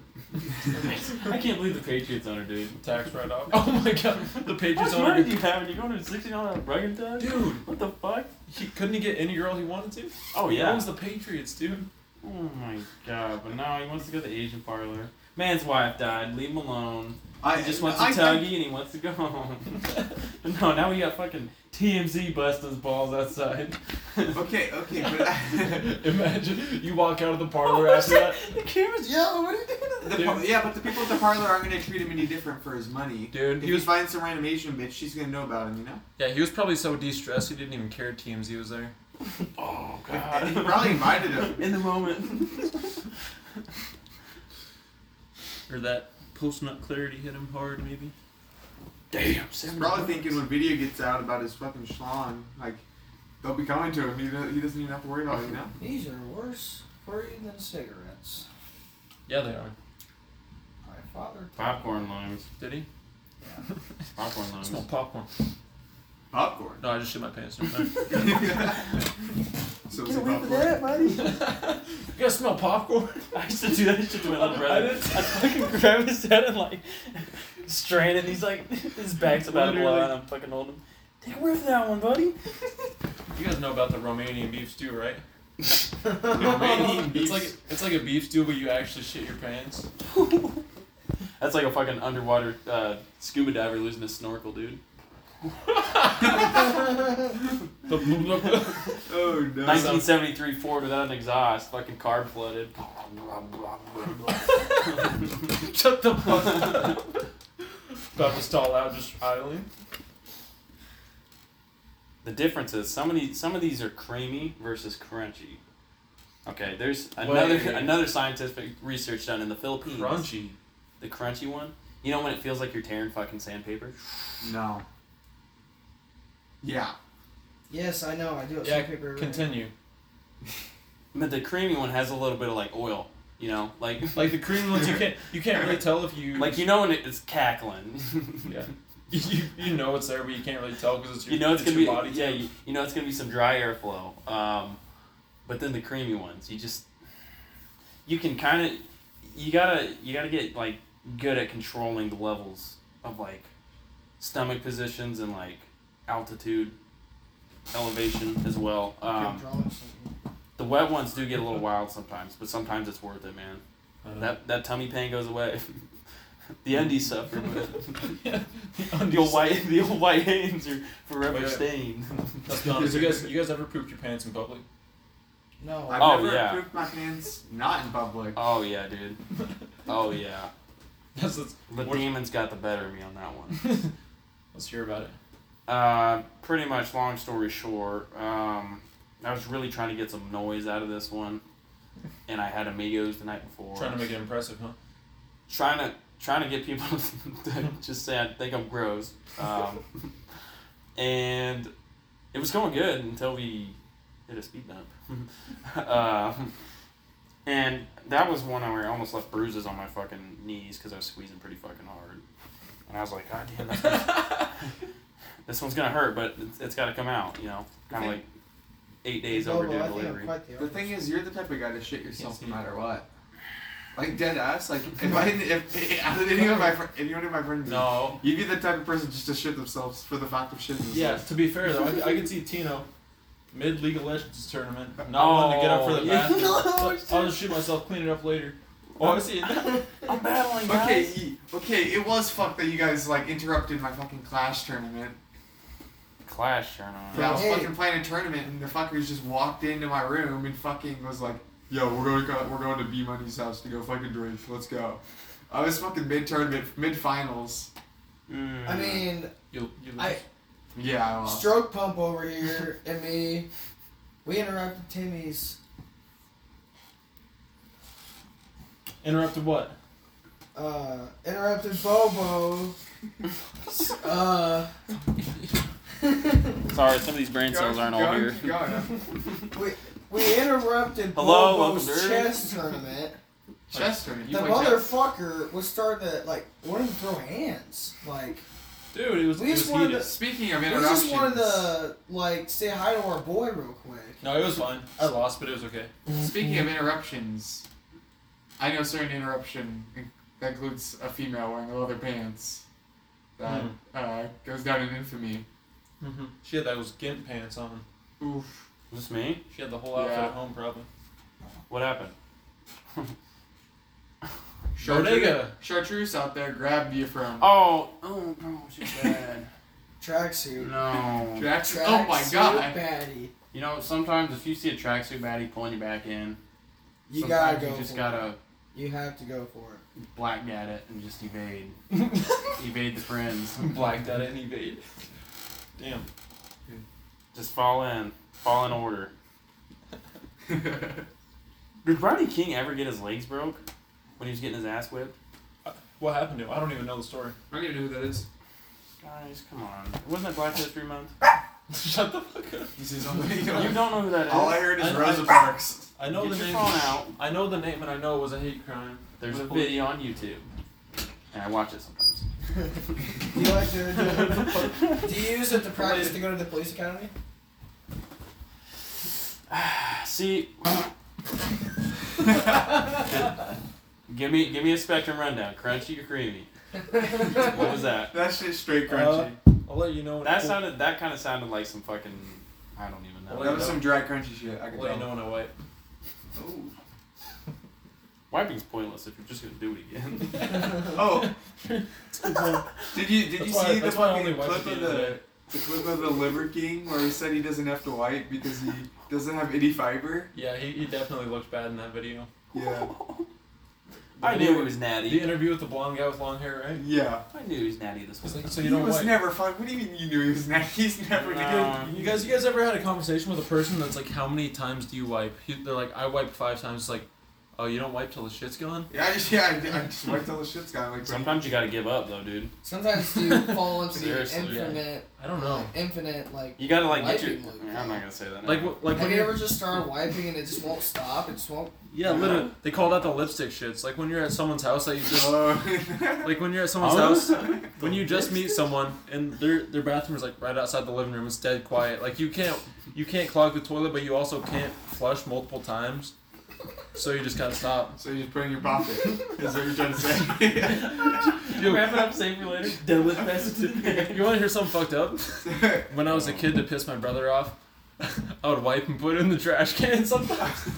Speaker 1: I can't believe the Patriots owner, dude.
Speaker 3: Tax write off. Oh my god. The Patriots
Speaker 1: How much money do
Speaker 3: owner.
Speaker 1: you have and you're going to sixty dollar rugged tub?
Speaker 3: Dude,
Speaker 1: What the fuck?
Speaker 3: he couldn't he get any girl he wanted to?
Speaker 1: Oh
Speaker 3: He
Speaker 1: yeah.
Speaker 3: owns the Patriots, dude.
Speaker 1: Oh my god, but no, he wants to go to the Asian parlor. Man's wife died, leave him alone.
Speaker 2: I
Speaker 1: He just wants a
Speaker 2: I-
Speaker 1: tuggy and he wants to go home. no, now we got fucking TMZ busting his balls outside.
Speaker 2: Okay, okay, but I,
Speaker 3: Imagine you walk out of the parlor after that.
Speaker 1: the camera's yellow, what are you doing?
Speaker 2: the par- yeah, but the people at the parlor aren't gonna treat him any different for his money.
Speaker 3: Dude,
Speaker 2: If
Speaker 3: he
Speaker 2: he
Speaker 3: was
Speaker 2: finds some random Asian bitch, she's gonna know about him, you know.
Speaker 3: yeah, he was probably so de-stressed he didn't even care TMZ was there.
Speaker 1: Oh
Speaker 3: Uh,
Speaker 2: And he probably invited him.
Speaker 1: In the moment.
Speaker 3: Or that post nut clarity hit him hard, maybe.
Speaker 1: Damn,
Speaker 2: He's probably thinking when video gets out about his fucking schlong, like they'll be coming to him. He, do- he doesn't even have to worry about it, you know.
Speaker 4: These are worse for you than cigarettes.
Speaker 3: Yeah, they are.
Speaker 4: My father.
Speaker 1: Popcorn limes.
Speaker 3: Did he?
Speaker 1: Popcorn limes.
Speaker 3: Smell popcorn.
Speaker 2: Popcorn.
Speaker 3: No, I just shit my pants. Never mind.
Speaker 2: so
Speaker 4: Get
Speaker 2: it's
Speaker 4: away
Speaker 2: popcorn.
Speaker 4: with that, buddy.
Speaker 3: you gotta smell popcorn.
Speaker 1: I used to do that shit to my little
Speaker 3: I
Speaker 1: brother. I'd
Speaker 3: did.
Speaker 1: fucking grab his head and like strain it. And he's like, his back's about to blow
Speaker 3: Literally.
Speaker 1: out. I'm fucking holding him. Didn't whiff that one, buddy.
Speaker 3: You guys know about the Romanian beef stew, right?
Speaker 2: Romanian
Speaker 3: It's
Speaker 2: beef.
Speaker 3: like it's like a beef stew, but you actually shit your pants.
Speaker 1: That's like a fucking underwater uh, scuba diver losing his snorkel, dude.
Speaker 2: oh no.
Speaker 1: 1973 Ford without an exhaust, fucking carb flooded.
Speaker 3: Shut the fuck up. About to stall out, just idling.
Speaker 1: The difference is some of these some of these are creamy versus crunchy. Okay, there's another
Speaker 3: Wait.
Speaker 1: another scientific research done in the Philippines.
Speaker 3: Crunchy.
Speaker 1: The crunchy one. You know when it feels like you're tearing fucking sandpaper?
Speaker 2: No. Yeah.
Speaker 4: yes, I know. I do have
Speaker 3: Yeah,
Speaker 4: sandpaper. right
Speaker 3: Continue.
Speaker 1: But the creamy one has a little bit of like oil, you know, like
Speaker 3: Like the cream ones, you can't you can't really tell if you
Speaker 1: like you know when it- it's cackling.
Speaker 3: Yeah. you, you know it's there, but you can't really tell because it's your
Speaker 1: You know it's gonna be
Speaker 3: your body.
Speaker 1: yeah. You, you know it's gonna be some dry airflow. Um, but then the creamy ones, you just you can kind of you gotta you gotta get like good at controlling the levels of like stomach positions and like altitude, elevation as well.
Speaker 4: here.
Speaker 1: Um,
Speaker 4: Drawing something.
Speaker 1: the wet ones do get a little wild sometimes, but sometimes it's worth it, man. That that tummy pain goes away. The undies suffer, but the
Speaker 3: Undies.
Speaker 1: old white the old white hands are forever
Speaker 3: Oh, yeah.
Speaker 1: stained.
Speaker 3: Let's be honest. You guys, you guys ever pooped your pants in public?
Speaker 4: No.
Speaker 2: I've
Speaker 1: Oh,
Speaker 2: never
Speaker 1: yeah.
Speaker 2: pooped my pants not in public.
Speaker 1: Oh yeah, dude. Oh yeah.
Speaker 3: That's, that's,
Speaker 1: The
Speaker 3: Worst-
Speaker 1: demons got the better of me on that one.
Speaker 3: let's hear about it.
Speaker 1: Uh, pretty much. Long story short, um, I was really trying to get some noise out of this one, and I had amigos the night before.
Speaker 3: Trying to make it impressive, huh?
Speaker 1: trying to trying to get people to just say I think I'm gross. Um, and it was going good until we hit a speed bump. um, and that was one where I almost left bruises on my fucking knees because I was squeezing pretty fucking hard. And I was like, God damn, that's gonna- this one's gonna hurt, but it's, it's got to come out, you know, kind of like eight days
Speaker 4: Bobo,
Speaker 1: overdue
Speaker 4: I think I'm
Speaker 1: delivery.
Speaker 4: quite the
Speaker 2: The thing is, you're the type of guy to shit yourself
Speaker 3: see.
Speaker 2: no matter what. Like dead ass. Like if I didn't, if out of any of my fr- anyone of my friends,
Speaker 3: No.
Speaker 2: you'd be the type of person just to shit themselves for the fact of shitting themselves.
Speaker 3: Yeah. To be fair though, I, I could see Tino mid League of Legends tournament not wanting to get up for the
Speaker 1: yeah.
Speaker 3: bathroom. I'll just shoot myself, clean it up later. Oh, I see.
Speaker 1: I'm battling, guys.
Speaker 2: Okay, ye- okay, it was fucked that you guys like interrupted my fucking Clash tournament.
Speaker 1: Clash, turn
Speaker 2: But I
Speaker 1: on.
Speaker 2: was
Speaker 4: Hey.
Speaker 2: fucking playing a tournament, and the fuckers just walked into my room and fucking was like, "Yo, we're going, to, we're going to B Money's house to go fucking drink. Let's go." I was fucking mid tournament, mid finals.
Speaker 1: Mm.
Speaker 4: I mean,
Speaker 3: You, you lose.
Speaker 4: I
Speaker 2: Yeah, I lost.
Speaker 4: stroke pump over here and me. We interrupted Timmy's
Speaker 3: interrupted what?
Speaker 4: uh interrupted Bobo. uh
Speaker 5: Sorry, some of these brain cells aren't all here.
Speaker 2: Keep going. keep going.
Speaker 4: we we interrupted
Speaker 1: Hello,
Speaker 4: Bobo's
Speaker 1: welcome to
Speaker 4: chess tournament.
Speaker 2: Chester, you
Speaker 4: the
Speaker 2: play chess.
Speaker 4: motherfucker was starting to like wanted to throw hands. Like
Speaker 3: Dude, it was.
Speaker 4: We
Speaker 3: it
Speaker 4: just
Speaker 3: was
Speaker 4: wanted
Speaker 3: heated.
Speaker 4: to-
Speaker 2: Speaking of
Speaker 4: we
Speaker 2: interruptions,
Speaker 4: just wanted to like say hi to our boy real quick.
Speaker 3: No, it was fine. I lost, but it was okay.
Speaker 2: speaking of interruptions, I know certain interruption in- that includes a female wearing leather pants that
Speaker 3: Hmm.
Speaker 2: uh, goes down in infamy.
Speaker 3: Mm-hmm. She had those gimp pants on.
Speaker 2: Oof.
Speaker 1: Just me?
Speaker 3: She had the whole outfit
Speaker 2: Yeah.
Speaker 3: at home, probably.
Speaker 1: What happened?
Speaker 3: Bodega.
Speaker 2: Chartreuse out there grabbed you from.
Speaker 1: Oh, oh no, she's bad.
Speaker 4: Tracksuit.
Speaker 1: no.
Speaker 2: Jackson. Oh my
Speaker 4: Tracksuit
Speaker 2: god.
Speaker 4: Batty.
Speaker 1: You know, sometimes if you see a tracksuit baddie pulling you back in,
Speaker 4: You
Speaker 1: sometimes
Speaker 4: gotta go.
Speaker 1: you just
Speaker 4: for
Speaker 1: gotta
Speaker 4: it. You have to go for it.
Speaker 1: black at it and just evade, evade the friends.
Speaker 3: Blacked out and evade. Damn.
Speaker 1: Just fall in, fall in order. Did Rodney King ever get his legs broke when he was getting his ass whipped?
Speaker 3: What happened to him? I don't even know the story.
Speaker 2: I don't even know who that is.
Speaker 1: Guys, come on. Wasn't it Black History Month?
Speaker 3: Shut the fuck up.
Speaker 2: This is only.
Speaker 1: You don't know who that is.
Speaker 2: All I heard
Speaker 3: I
Speaker 2: is
Speaker 3: know-
Speaker 2: Rosa Parks.
Speaker 3: I know
Speaker 1: Get
Speaker 3: the
Speaker 1: your
Speaker 3: name.
Speaker 1: phone out.
Speaker 3: I know the name, and I know it was a hate crime.
Speaker 1: There's
Speaker 3: But
Speaker 1: a
Speaker 3: it-
Speaker 1: video on YouTube, and I watch it sometimes.
Speaker 4: Do you like to do, do you use it to practice to go to the police academy?
Speaker 1: See, give me give me a spectrum rundown. Crunchy or creamy? What was that?
Speaker 2: That shit straight
Speaker 3: Uh,
Speaker 2: crunchy.
Speaker 3: I'll let you know. When
Speaker 1: That
Speaker 3: I-
Speaker 1: sounded that kind of sounded like some fucking I don't even
Speaker 3: Well,
Speaker 1: know.
Speaker 2: that was some dry crunchy shit. I
Speaker 3: I'll
Speaker 2: can
Speaker 3: let
Speaker 2: tell.
Speaker 3: you know when I wipe.
Speaker 1: Wiping's pointless if you're just gonna do it again.
Speaker 2: Oh, did you did
Speaker 3: That's
Speaker 2: you
Speaker 3: why-
Speaker 2: see the
Speaker 3: that's why I only
Speaker 2: fucking
Speaker 3: wipe at
Speaker 2: clip
Speaker 3: the
Speaker 2: of
Speaker 3: end of the
Speaker 2: the,
Speaker 3: day.
Speaker 2: the clip of the liver king where he said he doesn't have to wipe because he doesn't have any fiber?
Speaker 3: Yeah, he, he definitely looked bad in that video.
Speaker 2: Yeah.
Speaker 3: The
Speaker 1: I
Speaker 3: video-
Speaker 1: knew it was
Speaker 3: The
Speaker 1: natty.
Speaker 3: interview with the blonde guy with long hair, right?
Speaker 2: Yeah.
Speaker 1: I knew he was natty this
Speaker 3: He's
Speaker 1: one.
Speaker 3: like, so
Speaker 2: he
Speaker 3: you don't
Speaker 2: was
Speaker 3: wipe.
Speaker 2: never fun. What do you mean you knew he was never? He's never.
Speaker 1: No.
Speaker 2: gonna-
Speaker 1: Um,
Speaker 3: you guys, you guys ever had a conversation with a person that's like, how many times do you wipe? He, they're like, I wipe five times. It's like, oh, you don't wipe till the shit's gone.
Speaker 2: Yeah, I just, yeah, I, I just wiped all the shit's gone. Like,
Speaker 1: Sometimes you gotta give up though, dude.
Speaker 4: Sometimes you fall into the
Speaker 1: Seriously,
Speaker 3: yeah.
Speaker 4: infinite,
Speaker 3: I don't know.
Speaker 4: like, infinite like.
Speaker 1: You gotta like get your.
Speaker 4: Wiping loop.
Speaker 1: Yeah, I'm not gonna say that.
Speaker 3: Like, wh- like
Speaker 4: Have
Speaker 3: when
Speaker 4: you
Speaker 3: you're,
Speaker 4: ever just started wiping and it just won't stop? It just won't.
Speaker 3: yeah, literally, they called out the lipstick shits. Like when you're at someone's house that you just,
Speaker 2: Oh.
Speaker 3: like when you're at someone's house,
Speaker 1: Huh?
Speaker 3: when you just meet someone and their their bathroom is like right outside the living room. It's dead quiet. Like you can't you can't clog the toilet, but you also can't flush multiple times. So you just gotta stop.
Speaker 2: So you just put it in your pocket. Is what you're trying to say?
Speaker 1: Wrap it up, save for later. Done with best.
Speaker 3: You want to hear something fucked up? When I was a kid to piss my brother off, I would wipe and put it in the trash can sometimes.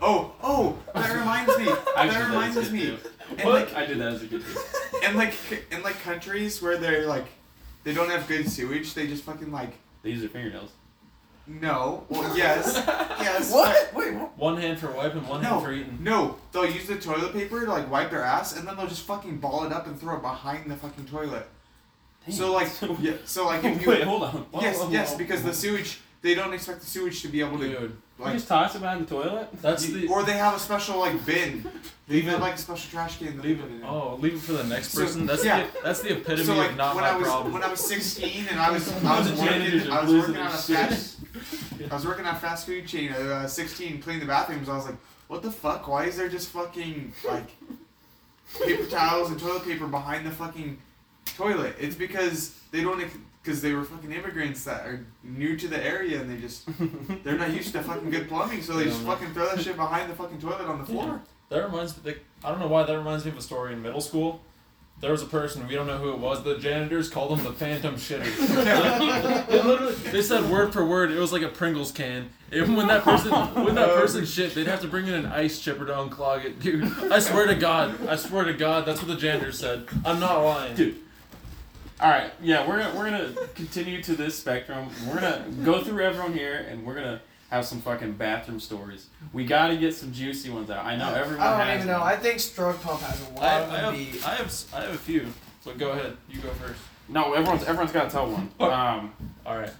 Speaker 2: oh, oh, that reminds me.
Speaker 1: I did
Speaker 2: That reminds
Speaker 1: as a
Speaker 2: me.
Speaker 1: kid, too.
Speaker 2: And
Speaker 1: What?
Speaker 2: like,
Speaker 1: I did that as a kid. too.
Speaker 2: and like in like countries where they're like they don't have good sewage, they just fucking like
Speaker 1: They use their fingernails.
Speaker 2: no. Well, yes, yes.
Speaker 4: What?
Speaker 2: but- Wait, what?
Speaker 3: One hand for wiping, one
Speaker 2: No.
Speaker 3: hand for eating.
Speaker 2: No, they'll use the toilet paper to like wipe their ass, and then they'll just fucking ball it up and throw it behind the fucking toilet. So like, yeah, so like if you
Speaker 1: Wait, hold on. Whoa,
Speaker 2: yes,
Speaker 1: whoa,
Speaker 2: yes,
Speaker 1: whoa.
Speaker 2: because the sewage they don't expect the sewage to be able to
Speaker 3: Dude,
Speaker 1: We
Speaker 2: like
Speaker 1: just toss it behind the toilet.
Speaker 3: that's the.
Speaker 2: or they have a special like bin. They
Speaker 3: Leave
Speaker 2: have
Speaker 3: it-
Speaker 2: like a special trash can. that they
Speaker 3: Leave
Speaker 2: put it
Speaker 3: it.
Speaker 2: in.
Speaker 3: Oh, leave it for the next
Speaker 2: So,
Speaker 3: person. That's
Speaker 2: yeah.
Speaker 3: the that's the epitome
Speaker 2: So like
Speaker 3: of not
Speaker 2: when
Speaker 3: my
Speaker 2: I was
Speaker 3: problem.
Speaker 2: when I was 16 and I was I was
Speaker 1: The janitors
Speaker 2: working
Speaker 1: are
Speaker 2: I was
Speaker 1: losing
Speaker 2: working on a
Speaker 1: their shit.
Speaker 2: fast I was working on a fast food chain at uh, 16 cleaning the bathrooms. I was like, what the fuck? Why is there just fucking like paper towels and toilet paper behind the fucking toilet? It's because they don't because they were fucking immigrants that are new to the area and they just they're not used to fucking good plumbing, so they just fucking throw that shit behind the fucking toilet on the floor.
Speaker 3: That reminds me. I don't know why that reminds me of a story in middle school. There was a person we don't know who it was. The janitors called them the Phantom Shitter. they, literally, they said word for word. It was like a Pringles can. And when that person when that person shit, they'd have to bring in an ice chipper to unclog it, dude. I swear to God. I swear to God. That's what the janitors said. I'm not lying.
Speaker 1: Dude. All right, yeah, we're gonna we're gonna continue to this spectrum. We're gonna go through everyone here, and we're gonna have some fucking bathroom stories. We gotta get some juicy ones out. I know everyone.
Speaker 4: I don't
Speaker 1: has
Speaker 4: even know.
Speaker 1: one.
Speaker 4: I think Stroke Pump has a lot
Speaker 3: I,
Speaker 4: of
Speaker 3: I, have,
Speaker 4: beat.
Speaker 3: I have s- I have a few. But go ahead. You go first.
Speaker 1: No, everyone's everyone's gotta tell one. Um,
Speaker 3: All right.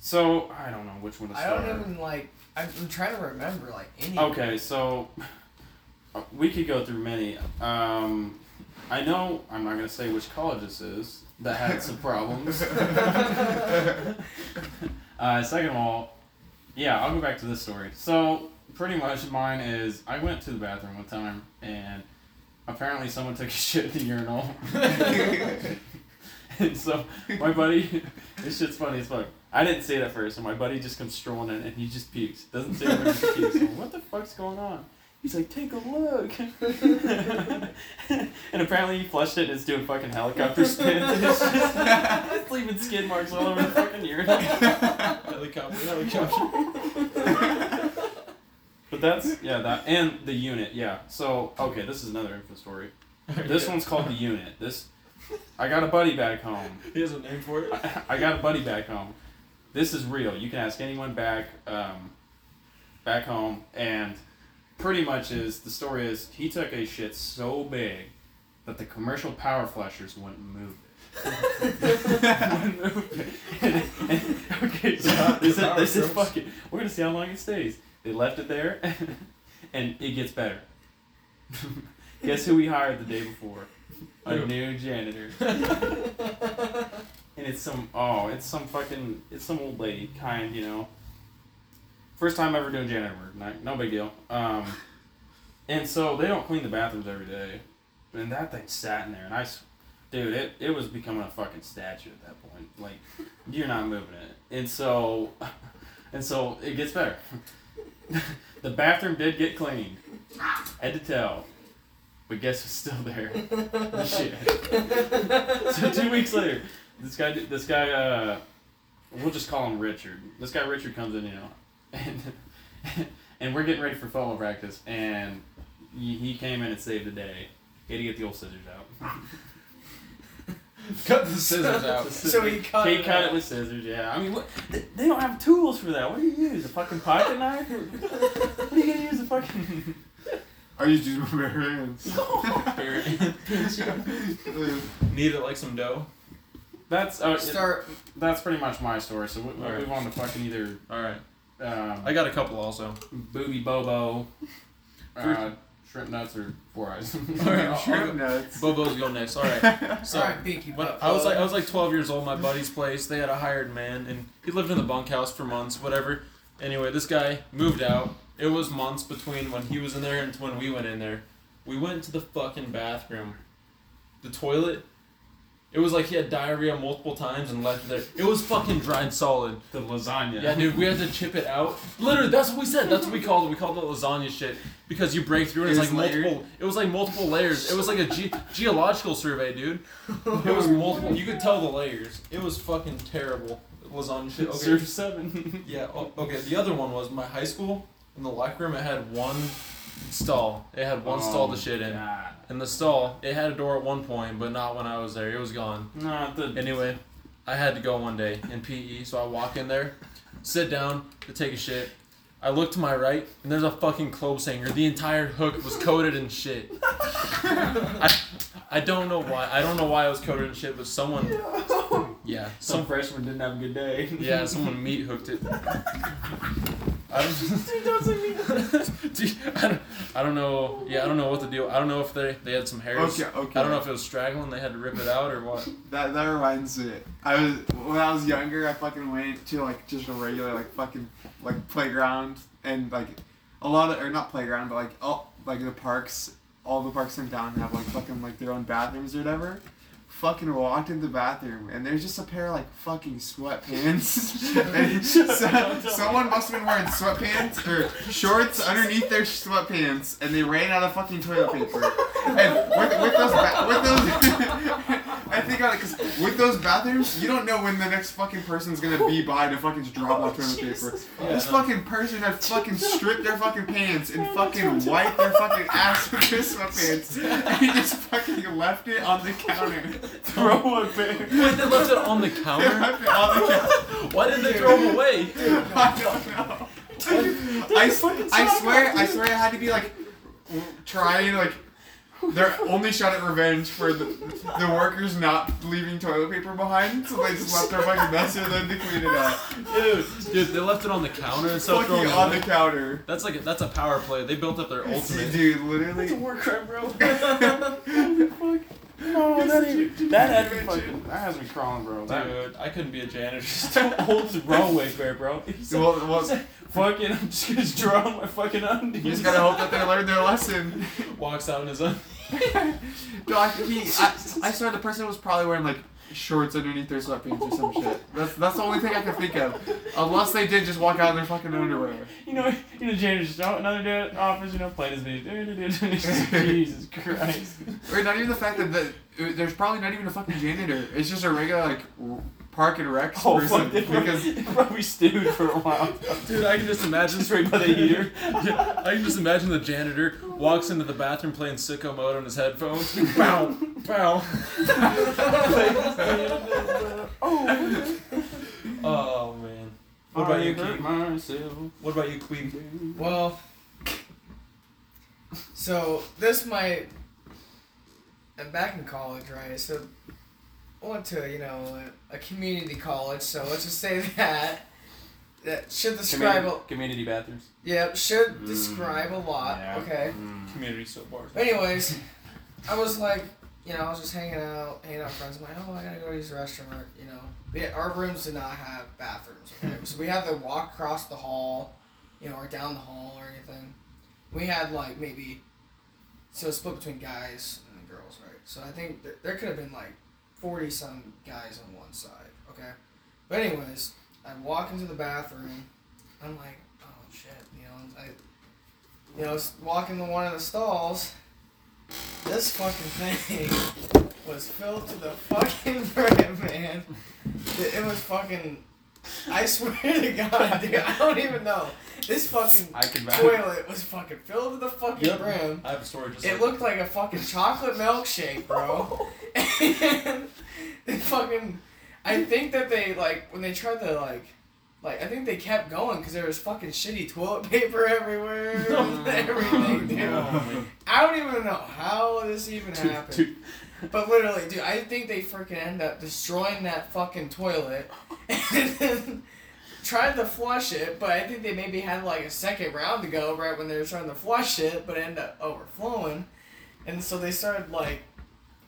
Speaker 1: so I don't know which one to
Speaker 4: I
Speaker 1: start.
Speaker 4: don't even like. I'm, I'm trying to remember like any.
Speaker 1: Okay, so uh, we could go through many. Um, I know I'm not gonna say which college this is that had some problems. Uh, second of all, yeah, I'll go back to this story. So pretty much mine is I went to the bathroom one time and apparently someone took a shit at the urinal. and so my buddy, this shit's funny as fuck. I didn't see it at first, and my buddy just comes strolling in and he just pukes. Doesn't say anything, just pukes. I'm like, what the fuck's going on? He's like, take a look. and apparently he flushed it and it's doing fucking helicopter spins and it's just it's leaving skid marks all over the fucking urinal.
Speaker 3: Helicopter. Helicopter.
Speaker 1: But that's yeah that and the unit yeah. So okay, this is another infant story. This one's called the unit. This I got a buddy back home.
Speaker 3: He has a name for it.
Speaker 1: I, I got a buddy back home. This is real. You can ask anyone back um, back home, and pretty much is the story is he took a shit so big that the commercial power flushers wouldn't move. it. okay, so this is, this is fucking. We're gonna see how long it stays. They left it there, and it gets better. Guess who we hired the day before? A
Speaker 3: Who?
Speaker 1: new janitor. And it's some oh, it's some fucking it's some old lady kind, you know. First time ever doing janitor work, not, no big deal. Um, and so they don't clean the bathrooms every day, and that thing sat in there, and I, s- dude, it it was becoming a fucking statue at that point. Like, you're not moving it, and so, and so it gets better. the bathroom did get cleaned. I had to tell, but guess who's still there? The shit so two weeks later, this guy, this guy, uh, we'll just call him Richard. This guy Richard comes in, you know, and and we're getting ready for football practice, and he, he came in and saved the day. He had to get the old scissors out.
Speaker 3: Cut the scissors out.
Speaker 4: So he cut.
Speaker 1: He
Speaker 4: it
Speaker 1: cut
Speaker 4: out.
Speaker 1: it with scissors. Yeah, I mean, what, they, they don't have tools for that. What do you use? A fucking pocket knife? What are you gonna use? A fucking
Speaker 2: I used to use my bare hands.
Speaker 3: Knead it like some dough.
Speaker 1: that's uh,
Speaker 4: Start.
Speaker 1: that's pretty much my story. So we, we
Speaker 3: Alright.
Speaker 1: want to fucking either
Speaker 3: All right.
Speaker 1: um,
Speaker 3: I got a couple also.
Speaker 1: Booby Bobo, uh,
Speaker 3: Fruit-
Speaker 1: shrimp nuts, or four eyes.
Speaker 3: I'll- I'll-
Speaker 2: nuts.
Speaker 3: Bobo's go next. All right. So
Speaker 4: All right, Pinky.
Speaker 3: when
Speaker 4: Pop.
Speaker 3: I was like I was like 12 years old. My buddy's place. They had a hired man, and he lived in the bunkhouse for months. Whatever. Anyway, this guy moved out. It was months between when he was in there and when we went in there. We went to the fucking bathroom. The toilet. It was like he had diarrhea multiple times and left it there. It was fucking dried solid.
Speaker 1: the lasagna.
Speaker 3: Yeah, dude, we had to chip it out. Literally, that's what we said. That's what we called it. We called it lasagna shit because you break through and it's
Speaker 2: It was
Speaker 3: like
Speaker 2: layered.
Speaker 3: multiple. It was like multiple layers. It was like a ge- geological survey, dude. It was multiple. You could tell the layers. It was fucking terrible lasagna shit. Okay.
Speaker 1: Serve seven.
Speaker 3: Yeah. o- Okay. The other one was my high school in the locker room. It had one stall. It had one
Speaker 1: One
Speaker 3: stall
Speaker 2: Oh,
Speaker 3: to shit in.
Speaker 1: Oh, God.
Speaker 3: And the stall, it had a door at one point, but not when I was there. It was gone.
Speaker 1: No, the
Speaker 3: Anyway, I had to go one day in PE, so I walk in there, sit down to take a shit. I look to my right, and there's a fucking clothes hanger. The entire hook was coated in shit. I, I don't know why. I don't know why it was coated in shit, but someone, yeah,
Speaker 5: Some
Speaker 3: some,
Speaker 5: freshman didn't have a good day.
Speaker 3: yeah, someone meat hooked it. I don't, Dude, I, don't, I don't know. Yeah, I don't know what the deal. I don't know if they they had some hairs.
Speaker 6: Okay, okay.
Speaker 3: I don't know if it was straggling. They had to rip it out or what.
Speaker 6: That, that reminds me. I was when I was younger. I fucking went to like just a regular like fucking like playground and like a lot of or not playground but like all like the parks. All the parks in town have like fucking like their own bathrooms or whatever. Fucking walked in the bathroom and there's just a pair of like fucking sweatpants. and so, someone must have been wearing sweatpants or shorts underneath their sweatpants and they ran out of fucking toilet paper. And with, with those, ba- with those, I think on it because with those bathrooms, you don't know when the next fucking person's gonna be by to fucking drop off toilet paper. This fucking person had fucking stripped their fucking pants and fucking wiped their fucking ass with their sweatpants, and he just fucking left it on the counter. Throw it back.
Speaker 3: Wait, they left it on the
Speaker 6: They
Speaker 3: counter.
Speaker 6: left it on the counter.
Speaker 3: Why did they throw them away?
Speaker 6: I don't know. I, s- I swear, I swear, I had to be like w- trying like their only shot at revenge for the, the workers not leaving toilet paper behind, so they just left their fucking mess there, then they cleaned it up.
Speaker 3: Dude, dude, they left it on the counter and stuff.
Speaker 6: Fucking
Speaker 3: Throwing
Speaker 6: on
Speaker 3: away.
Speaker 6: the counter.
Speaker 3: That's like a, that's a power play. They built up their ultimate.
Speaker 6: Dude, literally.
Speaker 5: war crime, bro.
Speaker 1: no, that, ain't, that had me
Speaker 6: Convention.
Speaker 1: fucking, that has me crawling, bro. That,
Speaker 3: Dude, I couldn't be a janitor.
Speaker 5: Holds wrong way fair, bro. He's like,
Speaker 6: Well, well,
Speaker 5: fucking, I'm just gonna draw on my fucking
Speaker 6: you
Speaker 5: undies.
Speaker 6: just gotta hope that they learned their lesson.
Speaker 3: Walks out in his own.
Speaker 6: No, I, think he, I, I swear the person was probably wearing like shorts underneath their sweatpants or some shit. That's that's the only thing I can think of. Unless they did just walk out in their fucking underwear.
Speaker 1: you know, you know, James just oh, another day at office, you know, playing his video. Jesus Christ.
Speaker 6: Or not even the fact that the, there's probably not even a fucking janitor. It's just a regular like r- park and rec
Speaker 1: Oh,
Speaker 6: person
Speaker 1: fuck, they
Speaker 6: because
Speaker 1: probably, probably stewed for a while.
Speaker 3: Dude, I can just imagine
Speaker 1: Straight by the heater.
Speaker 3: Yeah, I can just imagine the janitor walks into the bathroom playing sicko mode on his headphones. Bow, bow. oh man. What about you, Keith? What about you, Queen?
Speaker 4: Well, so this might. I'm back in college, right? So I went to you know a, a community college. So let's just say that that should describe. A,
Speaker 1: Community bathrooms.
Speaker 4: yeah, should describe a lot.
Speaker 1: yeah. Mm.
Speaker 4: Okay.
Speaker 3: Community soap bars.
Speaker 4: Anyways, I was like, you know, I was just hanging out, hanging out with friends. I'm like, oh, I gotta go use the restroom. Or, you know, we, our rooms did not have bathrooms, okay? so we had to walk across the hall, you know, or down the hall or anything. We had like maybe, so it's split between guys and girls, right? So I think th- there could have been like forty some guys on one side, okay? But anyways, I walk into the bathroom. I'm like, oh shit, you know, I. You know, s- walk into one of the stalls, this fucking thing was filled to the fucking brim, man. It it was fucking. I swear to God, dude, I don't even know. This fucking
Speaker 1: I can
Speaker 4: toilet was fucking filled to the fucking
Speaker 3: Yep.
Speaker 4: brim.
Speaker 3: I have a story just
Speaker 4: It
Speaker 3: like
Speaker 4: looked like a fucking chocolate milkshake, bro. and they fucking. I think that they like when they tried to like. Like I think they kept going because there was fucking shitty toilet paper everywhere, and
Speaker 3: Oh,
Speaker 4: everything, dude. I don't even know how this even happened. But literally, dude, I think they freaking end up destroying that fucking toilet and then tried to flush it, but I think they maybe had like a second round to go right when they were trying to flush it, but it ended up overflowing. And so they started like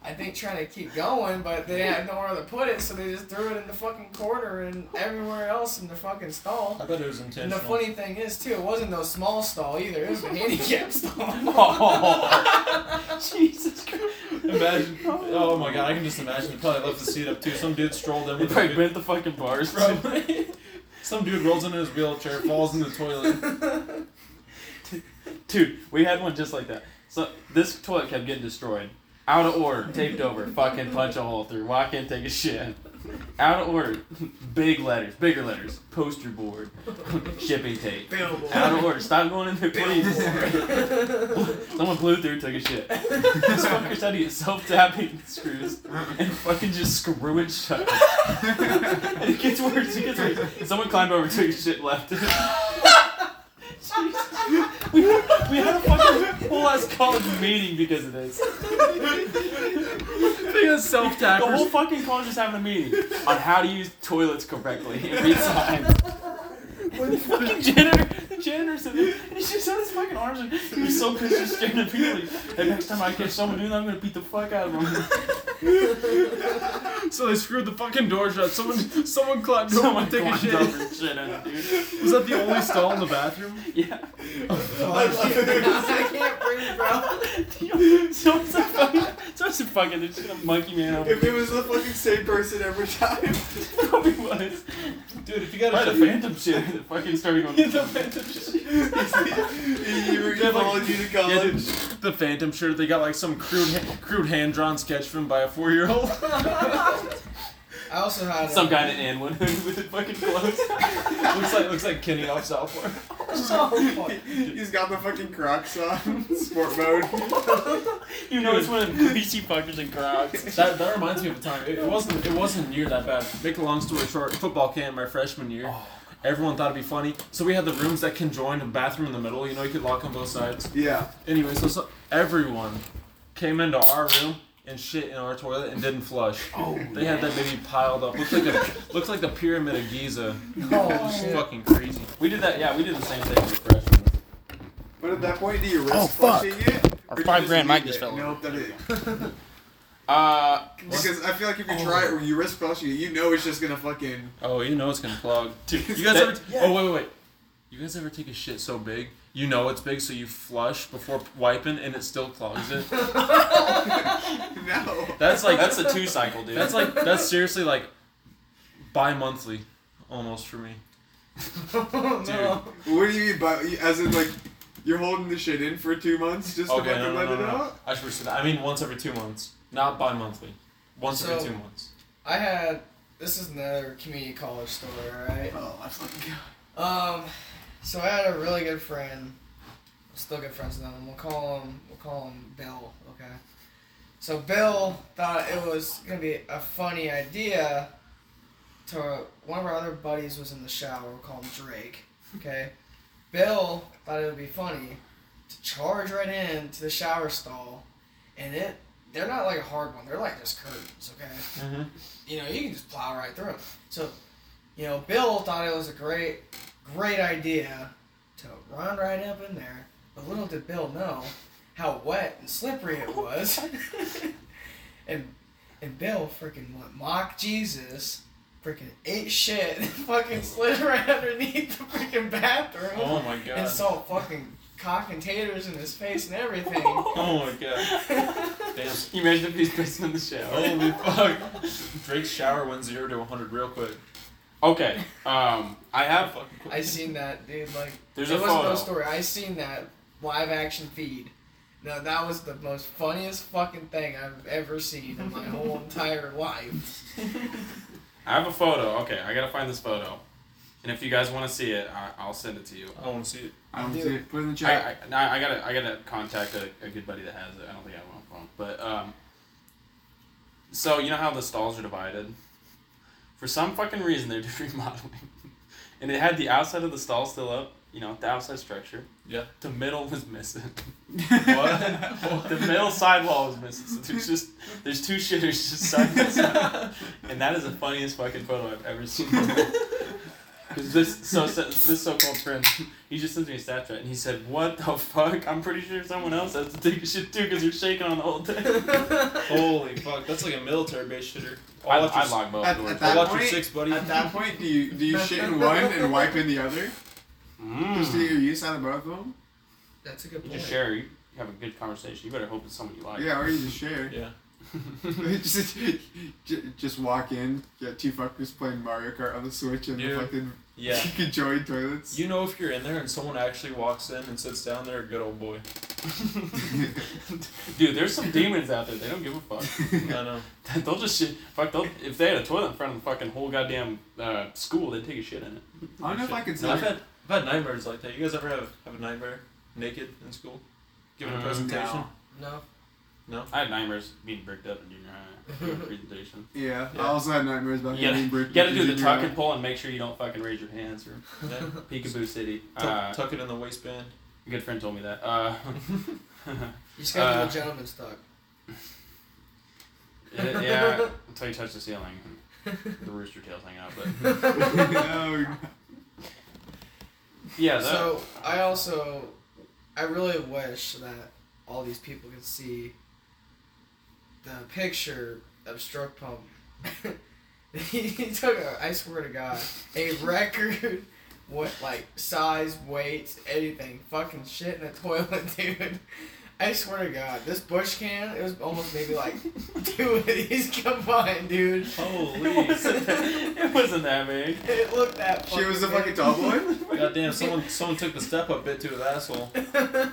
Speaker 4: I think trying to keep going, but they had nowhere to put it, so they just threw it in the fucking corner and everywhere else in the fucking stall.
Speaker 3: I bet it was
Speaker 4: And the
Speaker 3: intentional.
Speaker 4: funny thing is too, it wasn't no small stall either. It was a handicap stall.
Speaker 1: Oh. Jesus Christ.
Speaker 3: Imagine. Oh my god, I can just imagine. He probably left the seat up too. Some dude strolled in
Speaker 1: They
Speaker 3: with a
Speaker 1: probably
Speaker 3: good-
Speaker 1: bent the fucking bars, bro.
Speaker 3: Probably. Some dude rolls into his wheelchair, falls in the toilet.
Speaker 1: Dude, we had one just like that. So this toilet kept getting destroyed. Out of order, taped over, fucking punch a hole through, walk in, take a shit. Out of order. Big letters. Bigger letters. Poster board. Shipping tape.
Speaker 4: Billboard.
Speaker 1: Out of order. Stop going in there, please. Someone blew through, took a shit. This fucker's had to get self-tapping screws and fucking just screw it shut. And it gets worse. It gets worse. Someone climbed over, took a shit, left. Jesus. we, had, we had a fucking whole ass college meeting because of this.
Speaker 3: Because self
Speaker 1: The whole
Speaker 3: tappers.
Speaker 1: fucking college is having a meeting on how to use toilets correctly and read signs. The fucking janitor, the janitor said this, and he just had his fucking arms. Like, he was so pissed, just staring at people. Like, "Hey, next time I catch someone doing that, I'm gonna beat the fuck out of them.
Speaker 3: So they screwed the fucking door shut. Someone, someone clapped.
Speaker 1: Someone
Speaker 3: Someone take a
Speaker 1: climbed
Speaker 3: shit.
Speaker 1: over and shit on it, dude.
Speaker 3: Was that the only stall in the bathroom?
Speaker 1: Yeah.
Speaker 4: I can't breathe, bro.
Speaker 1: Someone's like fucking, someone's like fucking, they're just gonna monkey man over.
Speaker 6: If it was the fucking same person every time.
Speaker 1: Probably was.
Speaker 3: Dude, if you
Speaker 1: Right,
Speaker 3: gotta
Speaker 1: the phantom shit that fucking started going.
Speaker 3: the phantom shit.
Speaker 6: he re-
Speaker 3: Yeah, like-
Speaker 6: followed you to
Speaker 3: Yeah, dude,
Speaker 6: college.
Speaker 3: the phantom shirt. They got like some crude, ha- crude hand drawn sketch from by a four year old.
Speaker 4: I also had
Speaker 1: Some
Speaker 4: a-
Speaker 1: guy in an one with the fucking clothes.
Speaker 3: looks like looks like Kenny off South Park.
Speaker 4: Oh, fuck.
Speaker 6: He's got the fucking Crocs on, sport mode.
Speaker 1: You know it's one of the greasy fuckers in Crocs.
Speaker 3: That, that reminds me of a time. It, it wasn't it wasn't near that bad. Make a long story short, football camp my freshman year. Everyone thought it'd be funny, so we had the rooms that conjoined, a bathroom in the middle. You know, you could lock on both sides.
Speaker 6: Yeah.
Speaker 3: Anyway, so, so everyone came into our room and shit in our toilet and didn't flush.
Speaker 1: Oh,
Speaker 3: They had that baby piled up. Looks like a looks like the pyramid of Giza.
Speaker 4: Oh,
Speaker 3: Just
Speaker 4: shit.
Speaker 3: fucking crazy.
Speaker 1: We did that, yeah, we did the same thing with freshmen.
Speaker 6: But at that point, do you risk
Speaker 5: Oh, fuck.
Speaker 6: flushing it?
Speaker 5: Our
Speaker 6: or do you
Speaker 5: five
Speaker 6: just
Speaker 5: grand
Speaker 6: leave
Speaker 5: mic just
Speaker 6: it?
Speaker 5: fell
Speaker 6: Nope, that is.
Speaker 1: Uh,
Speaker 6: Because I feel like if you try it or you risk flushing it, you know it's just gonna fucking.
Speaker 3: Oh, you know it's gonna clog.
Speaker 1: dude,
Speaker 3: You guys
Speaker 1: that-
Speaker 3: ever? T- Oh wait, wait, wait. You guys ever take a shit so big? You know it's big, so you flush before wiping, and it still clogs it.
Speaker 6: No.
Speaker 3: That's like
Speaker 1: that's a two cycle, dude.
Speaker 3: That's like that's seriously like bi-monthly, almost for me.
Speaker 4: Oh, no.
Speaker 6: What do you mean by as in like you're holding the shit in for two months just to
Speaker 3: Okay,
Speaker 6: fucking
Speaker 3: no, no,
Speaker 6: let
Speaker 3: no,
Speaker 6: it
Speaker 3: no.
Speaker 6: out?
Speaker 3: I should say that. I mean, once every two months, not bi-monthly. Once every
Speaker 4: So-
Speaker 3: two months.
Speaker 4: I had. This is another community college story, alright?
Speaker 6: Oh, I fucking god.
Speaker 4: Um, so I had a really good friend. Still good friends with him. We'll call him. We'll call him Bill. Okay. So Bill thought it was gonna be a funny idea. To one of our other buddies was in the shower. We'll call him Drake. Okay. Bill thought it would be funny to charge right in to the shower stall, and it. They're not like a hard one. They're like just curtains. Okay
Speaker 3: Mm-hmm.
Speaker 4: you know, you can just plow right through 'em. So, you know, Bill thought it was a great, great idea to run right up in there, but little did Bill know how wet and slippery it was. and and Bill freaking went mock Jesus, freaking ate shit, and fucking slid right underneath the freaking bathroom,
Speaker 3: Oh my
Speaker 4: and
Speaker 3: god.
Speaker 4: saw fucking cock and taters in his face and everything.
Speaker 3: oh my god. Damn.
Speaker 1: you imagine if he's pissing in the shower.
Speaker 3: Holy fuck. Drake's shower went zero to 100 real quick.
Speaker 1: Okay, um, I have.
Speaker 3: Fucking quick.
Speaker 4: I seen that dude like.
Speaker 1: There's
Speaker 4: it
Speaker 1: a
Speaker 4: wasn't
Speaker 1: photo.
Speaker 4: no story. I seen that live action feed. No, that was the most funniest fucking thing I've ever seen in my whole entire life.
Speaker 1: I have a photo. Okay, I gotta find this photo, and if you guys want to see it, I, I'll send it to you.
Speaker 3: I want to see it.
Speaker 6: I don't
Speaker 4: Dude.
Speaker 6: see it. Put it in the
Speaker 1: I,
Speaker 6: chat.
Speaker 1: I, no, I gotta I gotta contact a, a good buddy that has it. I don't think I have one phone, but um. So you know how the stalls are divided. For some fucking reason, they did remodeling, and it had the outside of the stall still up. You know the outside structure.
Speaker 3: Yeah.
Speaker 1: The middle was missing.
Speaker 3: What?
Speaker 1: the middle sidewall was missing. So there's just there's two shitters just side by side, and that is the funniest fucking photo I've ever seen. Cause this so this so called friend, he just sends me a Snapchat and he said, "What the fuck? I'm pretty sure someone else has to take a shit too, cause you're shaking on the whole thing."
Speaker 3: Holy fuck. That's like a military base shitter.
Speaker 1: I,
Speaker 3: All after
Speaker 1: I
Speaker 3: s-
Speaker 1: log both
Speaker 6: At-
Speaker 1: doors.
Speaker 6: at
Speaker 3: all
Speaker 6: that
Speaker 3: after
Speaker 6: point-
Speaker 3: six, buddy.
Speaker 6: At that point, do you do you shit in one and wipe in the other?
Speaker 1: Mm.
Speaker 6: Just to get your use out of both of them?
Speaker 4: That's a good
Speaker 1: You
Speaker 4: point.
Speaker 1: just share. You have a good conversation. You better hope it's someone you
Speaker 3: Hmm.
Speaker 1: like.
Speaker 6: Yeah, or you just share.
Speaker 3: Yeah.
Speaker 6: just, j- just walk in, get two fuckers playing Mario Kart on the Switch, and
Speaker 3: Yeah.
Speaker 6: the fucking
Speaker 3: Yeah.
Speaker 6: You could join toilets.
Speaker 3: You know if you're in there and someone actually walks in and sits down, they're a good old boy.
Speaker 1: Dude, there's some demons out there. They don't give a fuck.
Speaker 3: I know.
Speaker 1: they'll just shit. Fuck, they'll, if they had a toilet in front of the fucking whole goddamn uh, school, they'd take a shit in it.
Speaker 6: I don't know if I could
Speaker 3: No, I've
Speaker 6: say
Speaker 3: had I've had nightmares like that. You guys ever have have a nightmare naked in school, giving a
Speaker 1: Mm,
Speaker 3: presentation?
Speaker 6: no.
Speaker 4: No.
Speaker 1: I had nightmares being bricked up in junior high after a presentation.
Speaker 6: Yeah,
Speaker 3: Yeah.
Speaker 6: I also had nightmares about
Speaker 1: You gotta,
Speaker 6: getting bricked.
Speaker 1: you gotta
Speaker 6: up
Speaker 1: do
Speaker 6: in
Speaker 1: the
Speaker 6: junior
Speaker 1: tuck
Speaker 6: high.
Speaker 1: and pull and make sure you don't fucking raise your hands or
Speaker 3: Yeah. Tuck,
Speaker 1: peekaboo city. Uh,
Speaker 3: tuck it in the waistband.
Speaker 1: a good friend told me that. Uh,
Speaker 4: You just gotta
Speaker 1: Uh,
Speaker 4: do a gentleman's thug.
Speaker 1: yeah, until you touch the ceiling, the rooster tails hang out. But
Speaker 6: no,
Speaker 1: yeah, that,
Speaker 4: So I also, I really wish that all these people could see the picture of stroke pump. he took a, I swear to God, a record. What like size, weight, anything, fucking shit in a toilet, dude. I swear to God, this bush can it was almost maybe like two of these combined, dude.
Speaker 1: Holy. it wasn't that big.
Speaker 4: It looked that.
Speaker 6: she was a
Speaker 4: big.
Speaker 6: fucking tall boy.
Speaker 3: Goddamn! Someone someone took the step up bit to his asshole.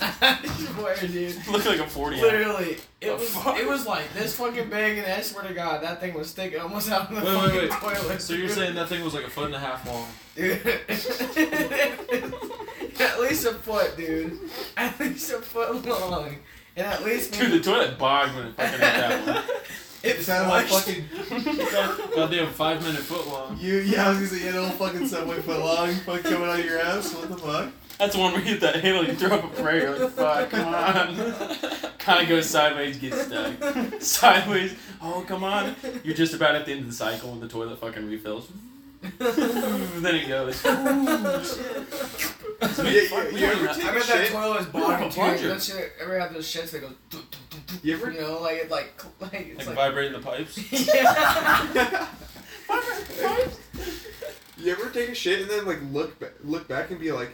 Speaker 4: I swear, dude.
Speaker 1: Looked like a 40 ounce.
Speaker 4: Literally, it
Speaker 1: The
Speaker 4: was
Speaker 1: fuck?
Speaker 4: it was like this fucking big, and I swear to God, that thing was sticking almost out of the
Speaker 3: Wait,
Speaker 4: fucking
Speaker 3: wait, wait.
Speaker 4: toilet.
Speaker 3: So you're
Speaker 4: dude.
Speaker 3: saying that thing was like a foot and a half long?
Speaker 4: dude? at least a foot, dude. At least a foot long, and at least
Speaker 1: Dude, the toilet bogged when it fucking hit that one.
Speaker 4: it
Speaker 6: It sounded like
Speaker 4: flushed.
Speaker 6: fucking
Speaker 3: Goddamn, five minute foot long.
Speaker 6: you. Yeah, I was gonna say you had a little fucking subway foot long fuck coming out of your ass. What the fuck?
Speaker 1: That's the one where you hit that hill and you throw up a prayer. Like, fuck, come on. kind of goes sideways, gets stuck. Sideways, oh, come on. You're just about at the end of the cycle when the toilet fucking refills. then it goes.
Speaker 6: Yeah,
Speaker 1: fuck,
Speaker 6: you,
Speaker 1: we
Speaker 6: you
Speaker 1: don't
Speaker 6: ever
Speaker 1: even-
Speaker 6: take
Speaker 4: I
Speaker 6: a
Speaker 4: bet that
Speaker 6: shit?
Speaker 4: toilet was
Speaker 1: have a
Speaker 4: bottom
Speaker 1: plunger.
Speaker 4: too. Don't you ever have those shits that go? "Doo, doo, doo, doo,"
Speaker 6: You ever?
Speaker 4: You know, like it like cl- like
Speaker 3: Like
Speaker 4: it's like.
Speaker 3: vibrating the pipes.
Speaker 4: yeah.
Speaker 6: You ever take a shit and then like look ba- look back and be like,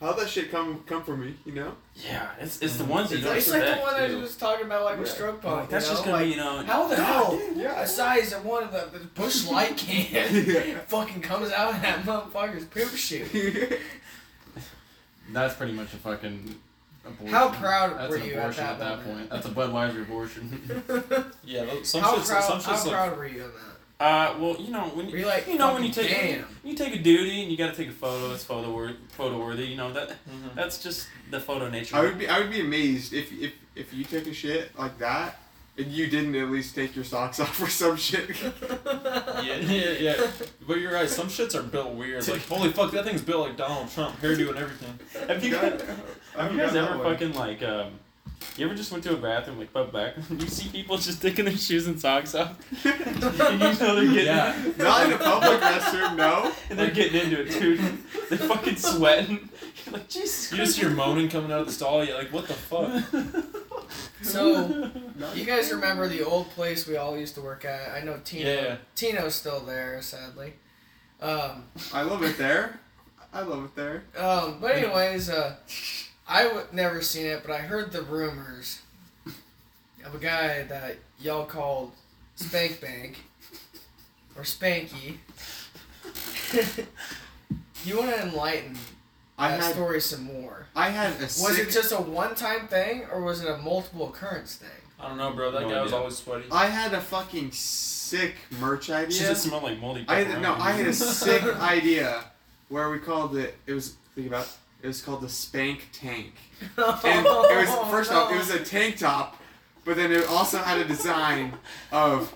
Speaker 6: how that shit come come from me? You know?
Speaker 1: Yeah, it's, it's the ones you
Speaker 4: It's
Speaker 1: don't
Speaker 4: like the
Speaker 1: expect.
Speaker 4: one I
Speaker 1: too.
Speaker 4: was just talking about, like with
Speaker 6: Yeah.
Speaker 4: stroke pump.
Speaker 1: Like, Oh, that's
Speaker 4: you know?
Speaker 1: just gonna
Speaker 4: like,
Speaker 1: be, you know.
Speaker 4: How the hell?
Speaker 6: dude,
Speaker 4: The size of one of the, the bush light can
Speaker 6: yeah.
Speaker 4: fucking comes out of that motherfucker's poop chute.
Speaker 1: That's pretty much a fucking. Abortion.
Speaker 4: How proud
Speaker 1: That's
Speaker 4: were
Speaker 1: an
Speaker 4: you at
Speaker 1: abortion
Speaker 4: that
Speaker 1: at that point.
Speaker 4: moment?
Speaker 1: That's a Budweiser abortion.
Speaker 3: Yeah, those- some
Speaker 4: How
Speaker 3: shits. some
Speaker 4: proud,
Speaker 3: shits
Speaker 4: how
Speaker 3: look-
Speaker 4: proud were you on that?
Speaker 1: Uh, well, you know when
Speaker 4: Were
Speaker 1: you,
Speaker 4: you like,
Speaker 1: you know when you
Speaker 4: fucking
Speaker 1: take when
Speaker 4: damn?
Speaker 1: you take a duty and you got to take a photo. It's photo worthy. Photo worthy. You know that
Speaker 3: Mhm.
Speaker 1: that's just the photo nature.
Speaker 6: I would be I would be amazed if if if you took a shit like that and you didn't at least take your socks off or some shit.
Speaker 3: Yeah, yeah, yeah. But you're right. Some shits are built weird. Like, holy fuck, that thing's built like Donald Trump, hairdo and everything.
Speaker 1: Have you
Speaker 6: God,
Speaker 1: guys,
Speaker 6: I
Speaker 1: have
Speaker 6: haven't
Speaker 1: you guys
Speaker 6: gotten that
Speaker 1: ever
Speaker 6: one.
Speaker 1: fucking like um? You ever just went to a bathroom like butt back? you see people just taking their shoes and socks off, and you know they're getting
Speaker 3: Yeah.
Speaker 6: Not in a public restroom, no.
Speaker 1: and they're getting into it too. They're fucking sweating. You're like Jesus.
Speaker 3: You just hear moaning coming out of the stall. You're like, what the fuck?
Speaker 4: So,
Speaker 6: Not-
Speaker 4: you guys remember the old place we all used to work at? I know Tino.
Speaker 3: Yeah.
Speaker 4: Tino's still there, sadly. Um,
Speaker 6: I love it there. I love it there.
Speaker 4: um, but anyways, uh, I would never seen it, but I heard the rumors of a guy that y'all called Spank Bank or Spanky. you want to enlighten
Speaker 6: I
Speaker 4: that
Speaker 6: had
Speaker 4: story some more?
Speaker 6: I had a
Speaker 4: Was
Speaker 6: sick
Speaker 4: it just a one-time thing, or was it a multiple occurrence thing?
Speaker 3: I don't know, bro. That
Speaker 1: No
Speaker 3: guy was
Speaker 1: idea.
Speaker 3: always sweaty.
Speaker 6: I had a fucking sick merch
Speaker 1: She
Speaker 6: idea.
Speaker 1: just smelled like moldy.
Speaker 6: I had, no, I had a
Speaker 1: pepperoni.
Speaker 6: sick idea where we called it. It was think about. it, It was called the Spank Tank, and it was first off, it was a tank top, but then it also had a design of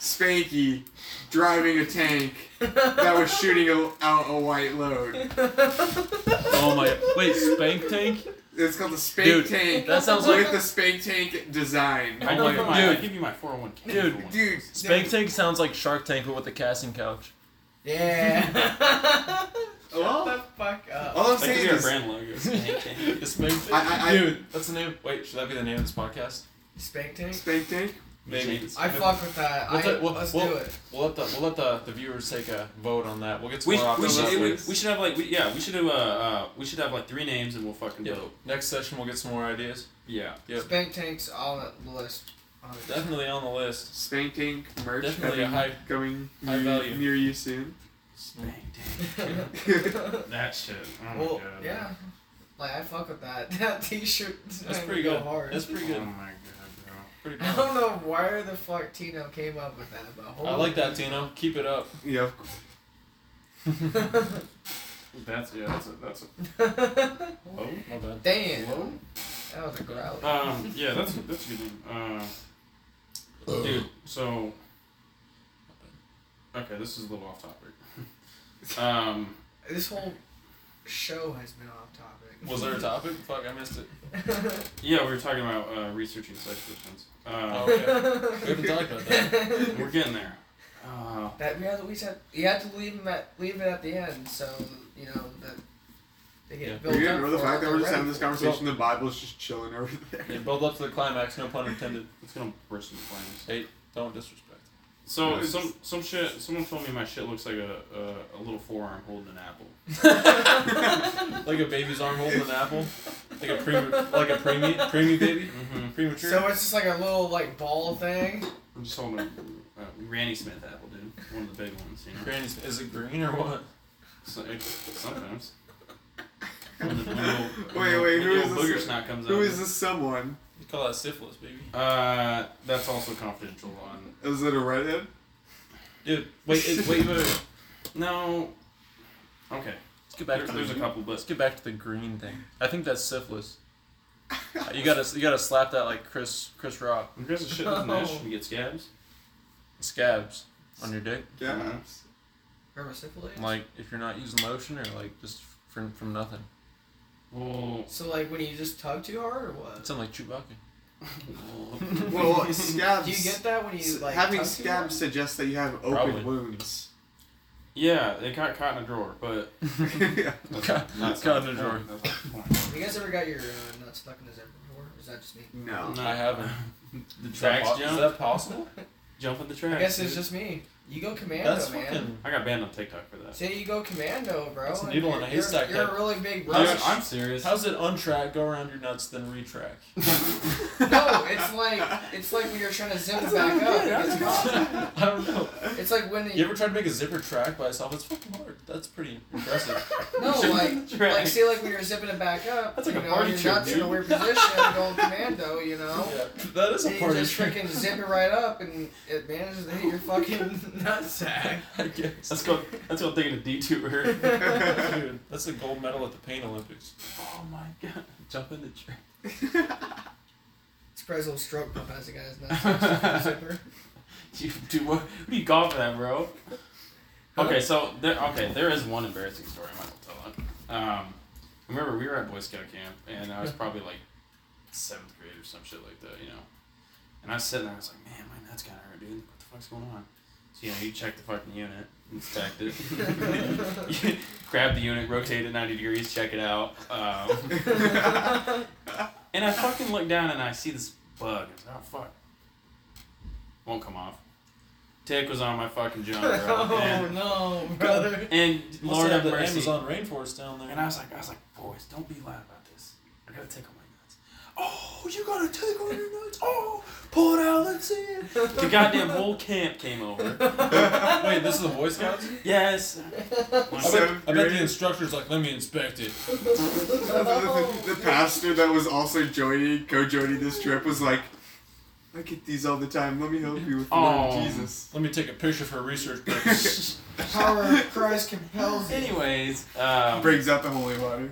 Speaker 6: Spanky driving a tank that was shooting a, out a white load.
Speaker 3: Oh my. Wait, spank tank?
Speaker 6: It's called the Spank
Speaker 3: Dude,
Speaker 6: Tank.
Speaker 3: that sounds
Speaker 6: with
Speaker 3: like-
Speaker 6: the Spank Tank design.
Speaker 1: I give you my, I
Speaker 3: Dude.
Speaker 1: give you my 401k.
Speaker 3: Dude.
Speaker 1: for one.
Speaker 6: Dude,
Speaker 3: Spank tank sounds like Shark Tank, but with a casting couch.
Speaker 4: yeah. Shut
Speaker 6: Well-
Speaker 4: the fuck up.
Speaker 6: all I'm
Speaker 1: That could
Speaker 6: saying
Speaker 1: be our
Speaker 6: is,
Speaker 1: brand logo. Spank tank.
Speaker 3: The spank tank.
Speaker 6: I- I- I-
Speaker 3: Dude, that's the name. Wait, should that be the name of this podcast?
Speaker 4: Spank tank.
Speaker 6: Spank Tank.
Speaker 3: Maybe.
Speaker 1: Jeez.
Speaker 4: I fuck with that.
Speaker 3: We'll
Speaker 4: I,
Speaker 3: ta- we'll-
Speaker 4: let's
Speaker 3: we'll-
Speaker 4: do it.
Speaker 3: We'll let the we'll let the, the viewers take a vote on that. We'll get some
Speaker 1: We,
Speaker 3: more
Speaker 1: we
Speaker 3: options.
Speaker 1: should
Speaker 3: after
Speaker 1: we,
Speaker 3: this.
Speaker 1: we should have like we, yeah we should have uh, uh we should have like three names and we'll fucking
Speaker 3: Yeah.
Speaker 1: vote.
Speaker 3: Next session, we'll get some more ideas.
Speaker 1: Yeah.
Speaker 3: Yep.
Speaker 4: Spank tank's on the list. On the-
Speaker 3: Definitely on the list.
Speaker 6: Spank Tank merch
Speaker 3: Definitely a
Speaker 6: coming,
Speaker 3: high-
Speaker 6: coming
Speaker 3: high
Speaker 6: near,
Speaker 3: value.
Speaker 6: near you soon.
Speaker 1: That shit. Oh my
Speaker 4: well,
Speaker 1: god.
Speaker 4: yeah. Like I fuck with that. That T-shirt.
Speaker 3: That's pretty good.
Speaker 4: Hard.
Speaker 3: That's pretty
Speaker 1: Oh
Speaker 3: good.
Speaker 1: my god,
Speaker 3: Pretty
Speaker 4: I
Speaker 3: good.
Speaker 4: don't know where the fuck Tino came up with that, but holy
Speaker 3: I like that, Tino. Keep it up.
Speaker 6: Yeah, of course.
Speaker 1: bro. That's yeah. That's a that's a low.
Speaker 3: My bad.
Speaker 4: Damn,
Speaker 1: Low.
Speaker 4: that was a growl.
Speaker 3: Uh.
Speaker 1: Um. Yeah. That's that's a good name. Uh, dude. So. Okay, this is a little off topic. Um.
Speaker 4: this whole show has been off topic.
Speaker 3: Was there a topic? Fuck, I missed it.
Speaker 1: Yeah, we were talking about uh, researching sex positions.
Speaker 3: Oh,
Speaker 1: Uh,
Speaker 3: okay. We haven't talked about that.
Speaker 1: We're getting there. Uh,
Speaker 4: that we had, we said you had to leave him at leave it at the end, so you know that they get
Speaker 3: Yeah.
Speaker 4: built
Speaker 6: you
Speaker 4: up
Speaker 6: didn't know the
Speaker 4: for
Speaker 6: fact
Speaker 4: it,
Speaker 6: that we're just
Speaker 4: they're
Speaker 6: having this
Speaker 4: ready.
Speaker 6: conversation, the Bible's just chilling over
Speaker 3: Yeah,
Speaker 6: there.
Speaker 3: build up to the climax, no pun intended.
Speaker 1: it's gonna burst into flames.
Speaker 3: Hey, don't disrespect.
Speaker 1: So
Speaker 6: Nice.
Speaker 1: some some shit. Someone told me my shit looks like a a, a little forearm holding an apple.
Speaker 3: Like a baby's arm holding an apple. Like a pre like a preemie preemie baby.
Speaker 1: Mm-hmm.
Speaker 3: Premature.
Speaker 4: So it's just like a little like ball thing.
Speaker 1: I'm just holding a uh, Granny Smith apple, dude. One of the big ones, you know.
Speaker 3: Granny's is it green or what?
Speaker 1: So, it- sometimes. When the, when the, old-
Speaker 6: Wait,
Speaker 1: when
Speaker 6: wait,
Speaker 1: the
Speaker 6: who
Speaker 1: old
Speaker 6: is
Speaker 1: booger
Speaker 6: this-
Speaker 1: snot comes
Speaker 6: Who
Speaker 1: out.
Speaker 6: is this someone?
Speaker 3: You call that syphilis, baby.
Speaker 1: Uh, that's also confidential. On
Speaker 6: Is it a redhead?
Speaker 3: Dude, wait, it, wait, wait, wait. Let's
Speaker 1: no. Okay.
Speaker 3: get back
Speaker 1: There,
Speaker 3: to
Speaker 1: there's
Speaker 3: the,
Speaker 1: a couple, but
Speaker 3: Let's get back to the green thing. I think that's syphilis. You gotta you gotta slap that like Chris Chris Rock
Speaker 1: If There's a shit with mesh. You get scabs.
Speaker 3: scabs on your dick.
Speaker 6: Yeah.
Speaker 4: Hermaphroditic?
Speaker 3: Like if you're not using lotion or like just from from nothing.
Speaker 1: Whoa.
Speaker 4: So like when you just tug too hard or
Speaker 3: It
Speaker 4: what?
Speaker 3: sounds like Chewbacca.
Speaker 1: Whoa.
Speaker 6: Well, scabs.
Speaker 4: Do you get that when you
Speaker 6: s-
Speaker 4: like
Speaker 6: having
Speaker 4: tug too hard?
Speaker 6: scabs suggests that you have open
Speaker 3: Probably.
Speaker 6: wounds.
Speaker 1: Yeah, they got caught in a drawer, but
Speaker 6: yeah.
Speaker 3: Got,
Speaker 1: that's not
Speaker 3: got in a
Speaker 1: the
Speaker 3: drawer.
Speaker 1: point. That's not the point.
Speaker 4: Have you guys ever got your uh, nuts stuck in the zipper before? Or is that just me?
Speaker 6: No.
Speaker 1: No.
Speaker 3: I haven't.
Speaker 1: The
Speaker 3: Is that
Speaker 1: tracks
Speaker 3: po-
Speaker 1: jump.
Speaker 3: Is that possible?
Speaker 1: Jump in the
Speaker 4: I
Speaker 1: tracks.
Speaker 4: guess it's
Speaker 1: dude.
Speaker 4: just me. You go commando,
Speaker 3: That's
Speaker 4: man.
Speaker 3: fucking.
Speaker 1: I got banned on TikTok for that.
Speaker 4: Say you go commando, bro.
Speaker 3: That's a
Speaker 4: and
Speaker 3: needle
Speaker 4: you're-
Speaker 3: in a haystack
Speaker 4: You're, you're a
Speaker 3: type.
Speaker 4: really big
Speaker 1: Dude,
Speaker 4: rush.
Speaker 1: I'm serious.
Speaker 3: How's it untrack, go around your nuts, then retrack?
Speaker 4: no, it's like it's like when you're trying to zip it back up. It gets caught.
Speaker 3: I don't know.
Speaker 4: It's like when
Speaker 3: You
Speaker 4: you
Speaker 3: ever tried to make a zipper track by itself? It's fucking hard. That's pretty impressive.
Speaker 4: no like
Speaker 1: Track.
Speaker 4: like see like when you're zipping it back up.
Speaker 1: That's like
Speaker 4: you
Speaker 1: a
Speaker 4: know,
Speaker 1: party
Speaker 4: your
Speaker 1: trick,
Speaker 4: nuts in
Speaker 1: dude.
Speaker 4: a weird position, going commando. You know.
Speaker 3: Yeah, that is a
Speaker 4: And you
Speaker 3: part of
Speaker 4: Oh. just freaking zip it right up and it manages to hit your fucking nutsack.
Speaker 3: I guess.
Speaker 1: Let's go. Let's go taking a detour.
Speaker 3: Dude, that's a gold medal at the Pain Olympics.
Speaker 1: oh my god! Jump in the track.
Speaker 4: Surprise little stroke pump has a guy's nutsack zipper.
Speaker 1: You do what? Who do you call for that, bro? Okay, so there. Okay, there is one embarrassing story I might as well tell. It. Um, I remember we were at Boy Scout camp, and I was probably like seventh grade or some shit like that, you know. And I was sitting there, I was like, man, my nuts kind of hurt, dude. What the fuck's going on? So you know, you check the fucking unit, inspect it, You grab the unit, rotate it ninety degrees, check it out. Um, and I fucking look down and I see this bug. I was like, oh fuck. Won't come off. Tick was on my fucking jump, bro.
Speaker 4: oh
Speaker 1: And,
Speaker 4: no, brother.
Speaker 1: and
Speaker 3: Must
Speaker 1: Lord
Speaker 3: have
Speaker 1: have
Speaker 3: the
Speaker 1: mercy.
Speaker 3: Amazon rainforest down there.
Speaker 1: And I was like, I was like, boys, don't be loud about this. I gotta take on my nuts. Oh, you gotta take on your nuts. Oh, pull it out. Let's see it. The goddamn whole camp came over.
Speaker 3: Wait, this is the Boy Scouts?
Speaker 1: Yes.
Speaker 3: I bet,
Speaker 6: Seventh
Speaker 3: I bet the
Speaker 6: grade.
Speaker 3: instructor's like, let me inspect it.
Speaker 6: the, the- the pastor that was also joining, co-joining this trip, was like, "I get these all the time. Let me help you with the word
Speaker 1: Oh.
Speaker 6: of Jesus."
Speaker 3: Let me take a picture for research purposes.
Speaker 4: The power of Christ compels you.
Speaker 1: Anyways, um,
Speaker 6: Brings out the holy water.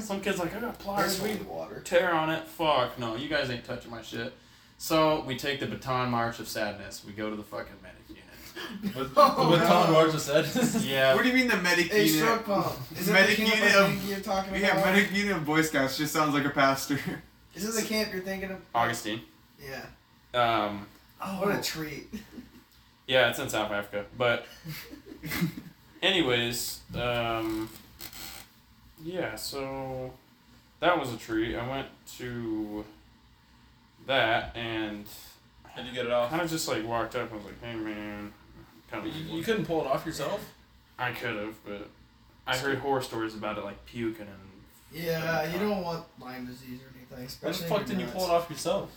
Speaker 1: some kid's like, I got
Speaker 4: There's
Speaker 1: pliers. We
Speaker 4: holy water.
Speaker 1: tear on it. Fuck no, you guys ain't touching my shit. So we take the baton march of sadness. We go to the fucking medic unit.
Speaker 3: With, with
Speaker 4: Oh,
Speaker 3: what
Speaker 4: no.
Speaker 3: Tom Rogers said.
Speaker 1: Yeah.
Speaker 6: What do you mean the medic
Speaker 4: Hey,
Speaker 6: unit?
Speaker 4: stroke pump. Is it
Speaker 6: Medic
Speaker 4: the camp
Speaker 6: unit
Speaker 4: I
Speaker 6: of-
Speaker 4: think you're talking
Speaker 6: Yeah,
Speaker 4: about?
Speaker 6: medic unit of Boy Scouts just sounds like a pastor.
Speaker 4: Is it the camp you're thinking of?
Speaker 1: Augustine.
Speaker 4: Yeah.
Speaker 1: Um,
Speaker 6: Oh,
Speaker 4: What a treat.
Speaker 1: yeah, it's in South Africa. But anyways, um, yeah. So that was a treat. I went to that and
Speaker 3: Did you get it off?
Speaker 1: kind of just like walked up and was like, "Hey, man." Kind
Speaker 3: You,
Speaker 1: of.
Speaker 3: you couldn't pull it off yourself?
Speaker 1: I could have, but I heard horror stories about it, like puking and
Speaker 4: Yeah, you don't want Lyme disease or anything.
Speaker 3: Why the
Speaker 4: Especially
Speaker 3: fuck didn't you pull it off yourself?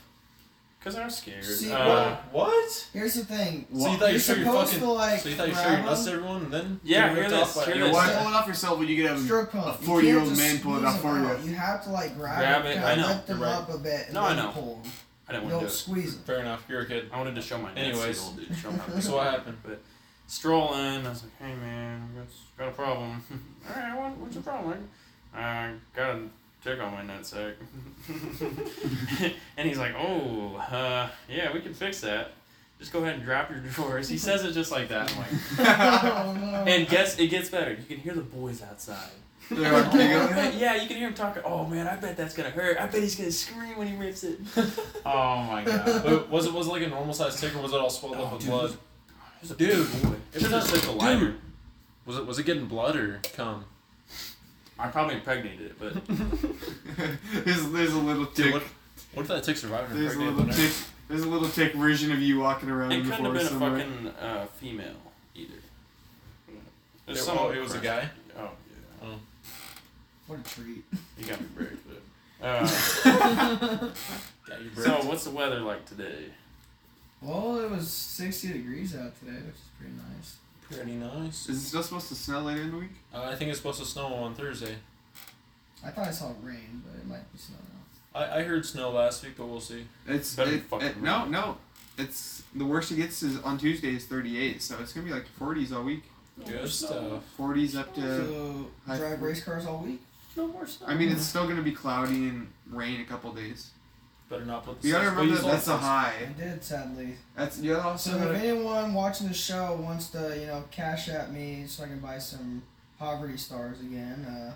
Speaker 1: Because I'm scared.
Speaker 4: See,
Speaker 1: Uh,
Speaker 4: well-
Speaker 3: What?
Speaker 4: Here's the thing.
Speaker 3: So you
Speaker 6: What?
Speaker 3: thought you
Speaker 4: You're
Speaker 3: showed your
Speaker 4: supposed
Speaker 3: fucking.
Speaker 4: to, like,
Speaker 3: so you thought you showed
Speaker 4: grab
Speaker 3: your nuts to
Speaker 4: them?
Speaker 3: everyone, and then
Speaker 1: Yeah,
Speaker 3: you
Speaker 1: hear
Speaker 3: ripped
Speaker 1: this,
Speaker 3: off by
Speaker 1: hear
Speaker 3: a
Speaker 1: this.
Speaker 6: Why
Speaker 1: Why-
Speaker 6: pull it off yourself when you get a
Speaker 4: Stroke pump.
Speaker 6: Um, a
Speaker 4: You
Speaker 6: four-year-old
Speaker 4: can't just
Speaker 6: man pull it up
Speaker 4: squeeze
Speaker 6: for
Speaker 4: them
Speaker 6: you?
Speaker 4: out. You have to like grab,
Speaker 1: Grab
Speaker 4: it,
Speaker 1: it,
Speaker 4: kinda
Speaker 1: I know,
Speaker 4: lift them
Speaker 1: you're right.
Speaker 4: up a bit, and
Speaker 1: No, I
Speaker 4: then
Speaker 1: know.
Speaker 4: pull them.
Speaker 1: I didn't want
Speaker 4: Don't
Speaker 1: to do it.
Speaker 4: squeeze them.
Speaker 3: Fair enough. You're a kid.
Speaker 1: I wanted to show my nuts
Speaker 3: Anyways.
Speaker 1: to the old dude, show how big
Speaker 3: So
Speaker 1: they
Speaker 3: what
Speaker 1: are.
Speaker 3: happened?
Speaker 1: Stroll in. I was like, hey man, I got, got a problem. All right, what, what's your problem? Rick? I got a tick on my nutsack. and he's like, oh, uh, yeah, we can fix that. Just go ahead and drop your drawers. He says it just like that. I'm like,
Speaker 4: oh, no.
Speaker 1: and guess it gets better. You can hear the boys outside.
Speaker 6: They're like giggling.
Speaker 1: yeah, you can hear him talking. Oh man, I bet that's gonna hurt. I bet he's gonna scream when he rips it. oh my god.
Speaker 3: Wait, was it was it like a normal sized tick, or was it all swelled
Speaker 1: Oh,
Speaker 3: up with
Speaker 1: dude.
Speaker 3: blood?
Speaker 1: There's a
Speaker 3: Dude.
Speaker 1: big boy. It
Speaker 3: Dude.
Speaker 1: was just like a lighter.
Speaker 3: Dude. Was it was it getting blood or cum?
Speaker 1: I probably impregnated it, but
Speaker 6: there's, there's a little
Speaker 3: Dude,
Speaker 6: tick.
Speaker 3: what, what if that tick survived and
Speaker 6: There's a
Speaker 3: impregnated
Speaker 6: little
Speaker 3: the nurse?
Speaker 6: tick. There's a little tick version of you walking around
Speaker 1: it
Speaker 6: in the
Speaker 1: couldn't have
Speaker 6: forest
Speaker 1: been a
Speaker 6: somewhere.
Speaker 1: fucking uh, female either. There's
Speaker 3: It-
Speaker 1: some
Speaker 3: oh, it was a guy?
Speaker 1: Oh yeah,
Speaker 4: What a treat.
Speaker 1: you got me bricked. But, uh,
Speaker 3: Yeah, you
Speaker 1: so
Speaker 3: so,
Speaker 1: what's the weather like today?
Speaker 4: Well, it was 60 degrees out today, which is pretty nice.
Speaker 3: pretty nice.
Speaker 6: Is it still supposed to snow later in the week?
Speaker 3: Uh, I think it's supposed to snow on Thursday.
Speaker 4: I thought I saw rain, but it might be snowing out.
Speaker 3: I, I heard snow last week, but we'll see.
Speaker 6: It's
Speaker 1: Better
Speaker 6: it,
Speaker 1: fucking
Speaker 6: it- no
Speaker 1: rain.
Speaker 6: no. It's the worst it gets is on Tuesday is 38, so it's gonna be like 40s all week.
Speaker 3: Good stuff.
Speaker 6: 40s up to.
Speaker 4: So,
Speaker 6: I-
Speaker 4: drive race cars all week?
Speaker 1: No more snow.
Speaker 6: I mean, it's still gonna be cloudy and rain a couple days.
Speaker 3: Better not put the
Speaker 6: You gotta
Speaker 3: six-
Speaker 6: remember
Speaker 3: please
Speaker 6: that
Speaker 3: don't-
Speaker 6: that's a
Speaker 4: I
Speaker 6: high.
Speaker 4: did, sadly.
Speaker 6: That's you gotta also uh,
Speaker 4: So, if
Speaker 6: gotta,
Speaker 4: anyone watching the show wants to, you know, cash at me so I can buy some poverty stars again, uh,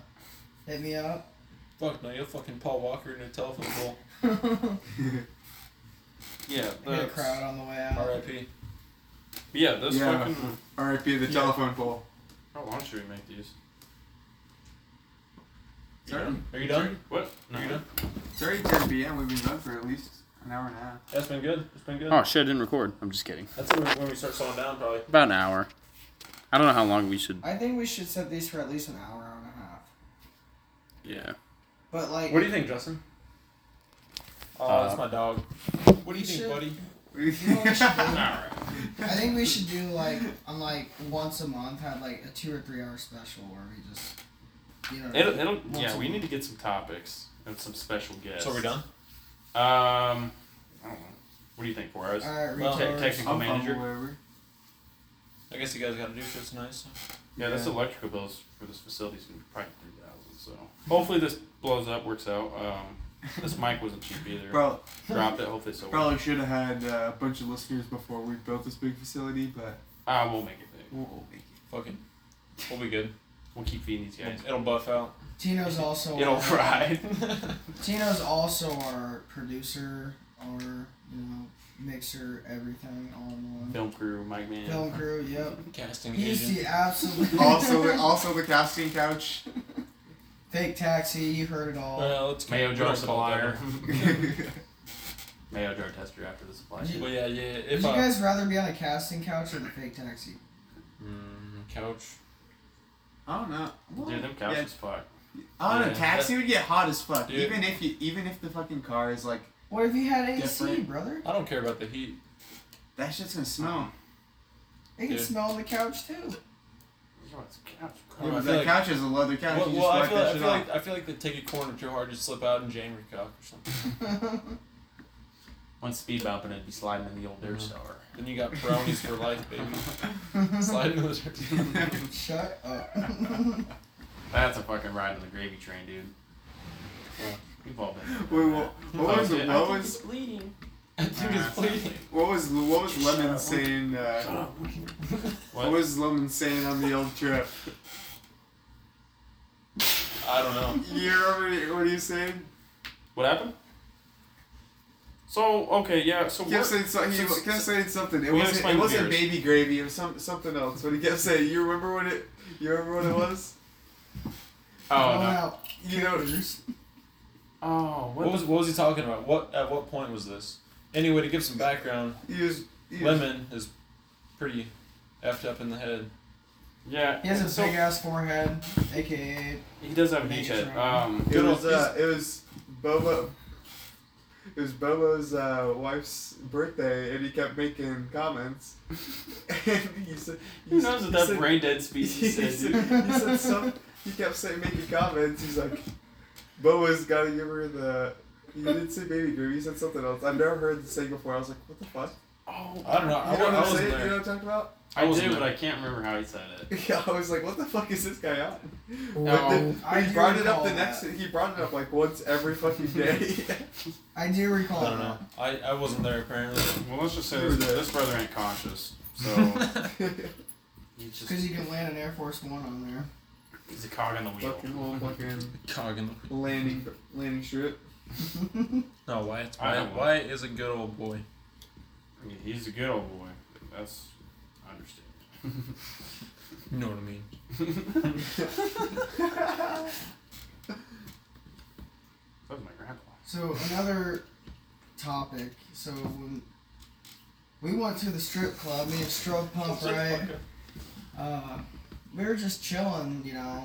Speaker 4: hit me up.
Speaker 3: Fuck no, you'll fucking Paul Walker in a telephone pole.
Speaker 4: Get
Speaker 1: yeah.
Speaker 4: a
Speaker 1: that's-
Speaker 4: crowd on the way out.
Speaker 3: R.I.P.
Speaker 1: Yeah, those
Speaker 6: Yeah.
Speaker 1: fucking.
Speaker 6: RIP the
Speaker 4: Yeah.
Speaker 6: telephone pole.
Speaker 1: How long should we make these?
Speaker 6: Sorry.
Speaker 3: Are you done?
Speaker 1: What? No.
Speaker 3: Are you done?
Speaker 6: It's already 10 p.m. We've been done for at least an hour and a half.
Speaker 3: That's been good. It's been good.
Speaker 5: Oh shit! I didn't record. I'm just kidding.
Speaker 3: That's when we, when we start slowing down, probably.
Speaker 5: About an hour. I don't know how long we should.
Speaker 4: I think we should set these for at least an hour, hour and a half.
Speaker 5: Yeah.
Speaker 4: But, like,
Speaker 3: What do you think, Justin? Oh,
Speaker 5: Uh,
Speaker 3: that's my dog. What do you
Speaker 4: you
Speaker 3: think,
Speaker 4: should-
Speaker 3: buddy?
Speaker 4: you know what we should do?
Speaker 1: Alright.
Speaker 4: I think we should do like on like once a month have like a two or three hour special where we just you know
Speaker 1: It'll, it'll, yeah,
Speaker 4: a
Speaker 1: we
Speaker 4: week.
Speaker 1: need to get some topics and some special guests.
Speaker 3: So we're done.
Speaker 1: Um, I don't know. What do you think, four hours?
Speaker 4: Alright,
Speaker 3: Well,
Speaker 1: Te-
Speaker 4: retards.
Speaker 1: technical
Speaker 6: I'm fine
Speaker 1: manager.
Speaker 6: with whatever.
Speaker 3: I guess you guys got to do shit tonight. So.
Speaker 1: Yeah, this
Speaker 6: Yeah.
Speaker 1: electrical bills for this facility is gonna be probably three thousand. So hopefully this blows up, works out. Um, this mic wasn't cheap either.
Speaker 6: Bro,
Speaker 1: Dropped it. Hopefully so.
Speaker 6: probably should have had uh, a bunch of listeners before we built this big facility, but
Speaker 1: Ah, we'll make it big.
Speaker 6: we'll, we'll make it.
Speaker 3: Fucking. We'll be good.
Speaker 1: We'll keep feeding these guys.
Speaker 3: It'll buff out.
Speaker 4: Tino's also
Speaker 1: It'll
Speaker 4: our,
Speaker 1: fry.
Speaker 4: Tino's also our producer, our you know mixer, everything all in one.
Speaker 1: Film crew, mic man.
Speaker 4: Film crew, yep.
Speaker 3: Casting
Speaker 4: He's
Speaker 3: agent.
Speaker 4: the absolute
Speaker 6: also, the, also the casting couch.
Speaker 4: fake taxi. You heard it all.
Speaker 3: Well, let's
Speaker 1: Mayo
Speaker 3: we
Speaker 1: jar
Speaker 3: don't call it
Speaker 1: supplier.
Speaker 6: I'd
Speaker 1: Mayo jar tester after the supply
Speaker 3: that.
Speaker 1: chain.
Speaker 3: Well, yeah, yeah.
Speaker 4: Would
Speaker 3: If
Speaker 4: you
Speaker 3: I
Speaker 4: guys rather be on a casting couch or the fake taxi?
Speaker 3: mm, couch.
Speaker 6: don't know. Well,
Speaker 1: Dude, them couches fuck.
Speaker 6: Yeah, I don't know.
Speaker 3: Yeah.
Speaker 6: Taxi would get hot as fuck.
Speaker 3: Dude.
Speaker 6: Even if you, even if the fucking car is like
Speaker 4: What if you had AC,
Speaker 6: Different.
Speaker 4: brother?
Speaker 3: I don't care about the heat.
Speaker 6: that shit's gonna smell.
Speaker 4: It can
Speaker 3: Dude.
Speaker 4: smell the couch too.
Speaker 1: Yeah, it's couch.
Speaker 3: Oh,
Speaker 6: Yeah,
Speaker 3: I
Speaker 6: but
Speaker 3: feel
Speaker 6: that
Speaker 3: like-
Speaker 6: couch is a leather couch.
Speaker 3: well,
Speaker 6: you
Speaker 3: well,
Speaker 6: just
Speaker 3: I
Speaker 6: wipe
Speaker 3: feel,
Speaker 6: that
Speaker 3: I
Speaker 6: shit
Speaker 3: feel
Speaker 6: off.
Speaker 3: like I feel like they take a corner too hard, you slip out and January cock or something.
Speaker 1: One speed bump and it'd be sliding in the old dirt
Speaker 3: Mhm.
Speaker 1: star.
Speaker 3: Then you got brownies for life, baby. Slide into the dirt.
Speaker 4: Shut up.
Speaker 1: That's a fucking ride on the gravy train, dude. We've all been. there.
Speaker 6: Wait, what, what
Speaker 1: Oh,
Speaker 6: was
Speaker 1: dude, I
Speaker 6: what
Speaker 1: think
Speaker 6: was
Speaker 1: bleeding.
Speaker 3: I think it's bleeding.
Speaker 6: what was what was Lemon saying? Uh, what
Speaker 1: What?
Speaker 6: was Lemon saying on the old trip?
Speaker 3: I don't know.
Speaker 6: You remember what he was saying?
Speaker 1: What happened? So okay, yeah. So
Speaker 6: He
Speaker 1: we're,
Speaker 6: kept saying, so, he
Speaker 1: so-
Speaker 6: kept saying something. It
Speaker 1: we
Speaker 6: wasn't,
Speaker 1: explained
Speaker 6: it
Speaker 1: the
Speaker 6: wasn't
Speaker 1: beers.
Speaker 6: baby gravy. It was some, something else. But he kept saying, "You remember what it? You remember what it was?
Speaker 1: oh
Speaker 4: Going
Speaker 1: no.
Speaker 4: out
Speaker 6: You know,
Speaker 4: Kickers.
Speaker 1: Oh,
Speaker 3: What was what was he talking about? What at what point was this? Anyway, to give some background,
Speaker 6: he was." He was
Speaker 3: Lemon is pretty effed up in the head.
Speaker 1: Yeah.
Speaker 4: He has a
Speaker 1: so
Speaker 4: big ass forehead, aka
Speaker 1: he does have a beach
Speaker 4: Nature.
Speaker 1: head. Um,
Speaker 6: it uh,
Speaker 3: Good
Speaker 6: was
Speaker 3: old-
Speaker 6: uh, it was Bobo. it was Bobo's uh, wife's birthday, and he kept making comments. and he said,
Speaker 1: Who knows what
Speaker 6: he
Speaker 1: that
Speaker 6: said-
Speaker 1: brain dead
Speaker 6: he
Speaker 1: species
Speaker 6: said,
Speaker 1: is?
Speaker 6: he said some, he kept saying making comments. He's like, Bobo's gotta give her the. He didn't say baby groove. He said something else. I've never heard the saying before. I was like, what the fuck?
Speaker 3: I don't know. I,
Speaker 6: You know
Speaker 3: wa- I
Speaker 6: what I'm
Speaker 3: wasn't
Speaker 6: saying? You know
Speaker 3: there.
Speaker 6: what I'm talking about?
Speaker 1: Oh, I
Speaker 3: wasn't
Speaker 1: do, but
Speaker 3: there.
Speaker 1: I can't remember how he said it.
Speaker 6: Yeah, I was like, what the fuck is this guy on?
Speaker 4: No,
Speaker 6: But the-
Speaker 4: I
Speaker 6: he
Speaker 4: do
Speaker 6: brought it up
Speaker 4: recall
Speaker 6: the next.
Speaker 4: that.
Speaker 6: He brought it up like once every fucking day.
Speaker 4: I do recall.
Speaker 3: I don't know. I, I wasn't there apparently.
Speaker 1: Well, let's just say
Speaker 6: You were
Speaker 1: this,
Speaker 6: there.
Speaker 1: this brother ain't conscious, so he's
Speaker 4: Because
Speaker 1: just
Speaker 4: you can land an Air Force One on there.
Speaker 1: he's a cog in the wheel.
Speaker 6: fucking whole fucking
Speaker 3: Cog in the
Speaker 6: landing landing strip.
Speaker 3: No, Wyatt's
Speaker 1: I
Speaker 3: Wyatt,
Speaker 1: know.
Speaker 3: Wyatt is a good old boy.
Speaker 1: I mean, he's a good old boy. That's I understand.
Speaker 3: You know what I mean?
Speaker 1: That was my grandpa.
Speaker 4: So another topic. So when we went to the strip club, me and Strobe Pump, right? Uh, we were just chilling, you know,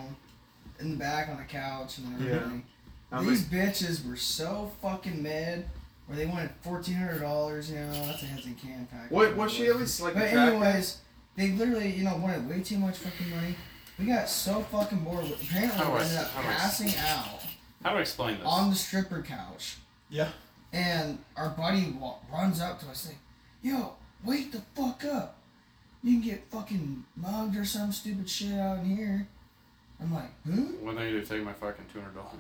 Speaker 4: in the back on the couch and
Speaker 6: Yeah.
Speaker 4: everything.
Speaker 6: I'm like,
Speaker 4: These bitches were so fucking mad, where they wanted fourteen hundred dollars. You know, that's a heads and can pack.
Speaker 6: what was she at least like?
Speaker 4: But
Speaker 6: attractive?
Speaker 4: anyways, they literally, you know, wanted way too much fucking money. We got so fucking bored. we- Apparently,
Speaker 1: How
Speaker 4: we
Speaker 1: do I-
Speaker 4: ended up
Speaker 1: how do I-
Speaker 4: passing out
Speaker 1: How do I explain this?
Speaker 4: on the stripper couch.
Speaker 3: Yeah.
Speaker 4: And our buddy wa- runs up to us like, "Yo, wake the fuck up! You can get fucking mugged or some stupid shit out in here." I'm like, "Who?"
Speaker 1: what they do? Take my fucking two hundred dollars.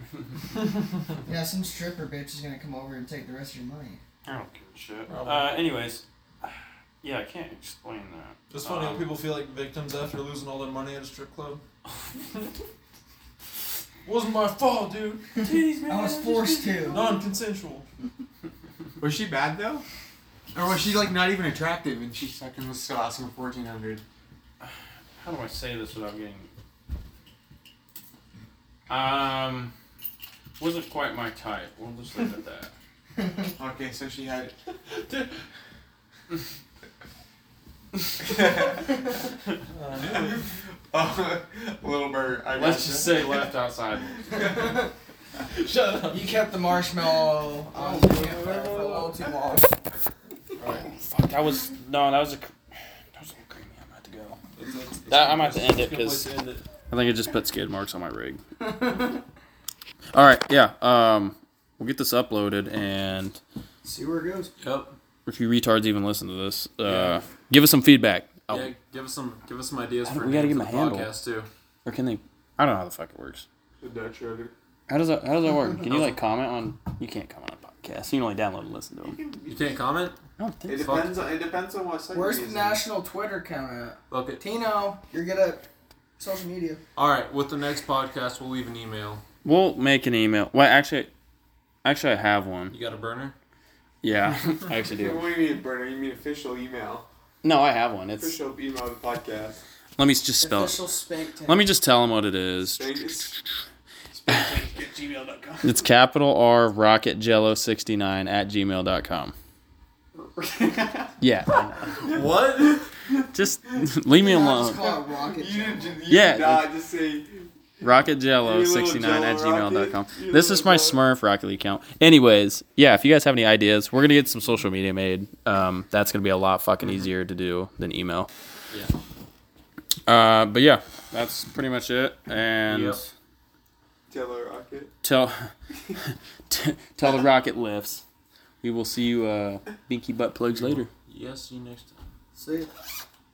Speaker 4: Yeah, some stripper bitch is gonna come over and take the rest of your money.
Speaker 1: I don't give a shit.
Speaker 3: Probably.
Speaker 1: Uh, anyways, yeah, I can't explain that.
Speaker 3: It's funny
Speaker 1: Um,
Speaker 3: how people feel like victims after losing all their money at a strip club. wasn't my fault, dude.
Speaker 1: Titties,
Speaker 4: I was forced to.
Speaker 3: Non-consensual.
Speaker 6: was she bad though, or was she like not even attractive and she fucking was still asking for fourteen hundred?
Speaker 1: How do I say this without getting? Um, wasn't quite my type. We'll just leave it at that.
Speaker 6: Okay, so she had.
Speaker 3: Uh,
Speaker 6: oh, little bird. I
Speaker 1: Let's just say left outside.
Speaker 3: Shut up.
Speaker 4: You kept the marshmallow on the camp for a little too long.
Speaker 5: Fuck, that was no, that was a. cr- That was a creamy. I'm about to go. That- I'm about to end it, 'cause- I think I just put skid marks on my rig. All right, yeah. Um, we'll get this uploaded, and
Speaker 4: See where it goes.
Speaker 3: Yep.
Speaker 5: if you retards even listen to this, uh,
Speaker 3: Yeah.
Speaker 5: give us some feedback. Oh,
Speaker 3: Yeah, give us some give us some ideas
Speaker 5: I
Speaker 3: for
Speaker 5: don't- we gotta
Speaker 3: names
Speaker 5: get
Speaker 3: of
Speaker 5: my handle.
Speaker 3: podcast too.
Speaker 5: Or can they? I don't know how the fuck it works.
Speaker 6: The Dutch Rudder.
Speaker 5: How does that? How does that work? Can you like comment on? You can't comment on podcasts. You can only download and listen to them.
Speaker 3: You can't comment?
Speaker 5: I don't think.
Speaker 6: It
Speaker 5: so.
Speaker 6: depends. On, it depends on what site.
Speaker 4: Where's
Speaker 6: you're
Speaker 4: the
Speaker 6: using.
Speaker 4: national Twitter count at?
Speaker 3: Okay.
Speaker 4: Tino, you're good at social media.
Speaker 3: Alright, with the next podcast we'll leave an email.
Speaker 5: We'll make an email. Well, actually, actually, I have one.
Speaker 3: You got a burner?
Speaker 5: Yeah, I actually do.
Speaker 6: What do you mean, burner? You mean official email?
Speaker 5: No, I have one. It's.
Speaker 6: Official email of the podcast.
Speaker 5: Let me just spell it.
Speaker 4: Official spank tank.
Speaker 5: Let me just tell them what it is.
Speaker 6: Vegas.
Speaker 5: It's capital R rocket jello 69 at gmail.com. Yeah.
Speaker 3: What?
Speaker 5: Just leave me
Speaker 4: Yeah,
Speaker 5: alone.
Speaker 4: Just call it rocket.
Speaker 6: You didn't
Speaker 4: Jello.
Speaker 6: ju- you
Speaker 5: Yeah.
Speaker 6: did not just say
Speaker 5: Rocket
Speaker 6: You
Speaker 5: Jello
Speaker 6: little
Speaker 5: 69 at
Speaker 6: Jell-O Rocket.
Speaker 5: gmail.com.
Speaker 6: You
Speaker 5: This
Speaker 6: little
Speaker 5: is my
Speaker 6: Jell-O.
Speaker 5: Smurf Rocket League account. Anyways, yeah, if you guys have any ideas, we're going to get some social media made. Um, that's going to be a lot fucking easier to do than email. Yeah. Uh, but yeah, that's pretty much it. And
Speaker 3: Yep.
Speaker 6: Taylor Rocket.
Speaker 5: tell t- tell the rocket lifts. We will see you, uh, Binky Butt Plugs, later.
Speaker 3: Yes, see you next time.
Speaker 4: See?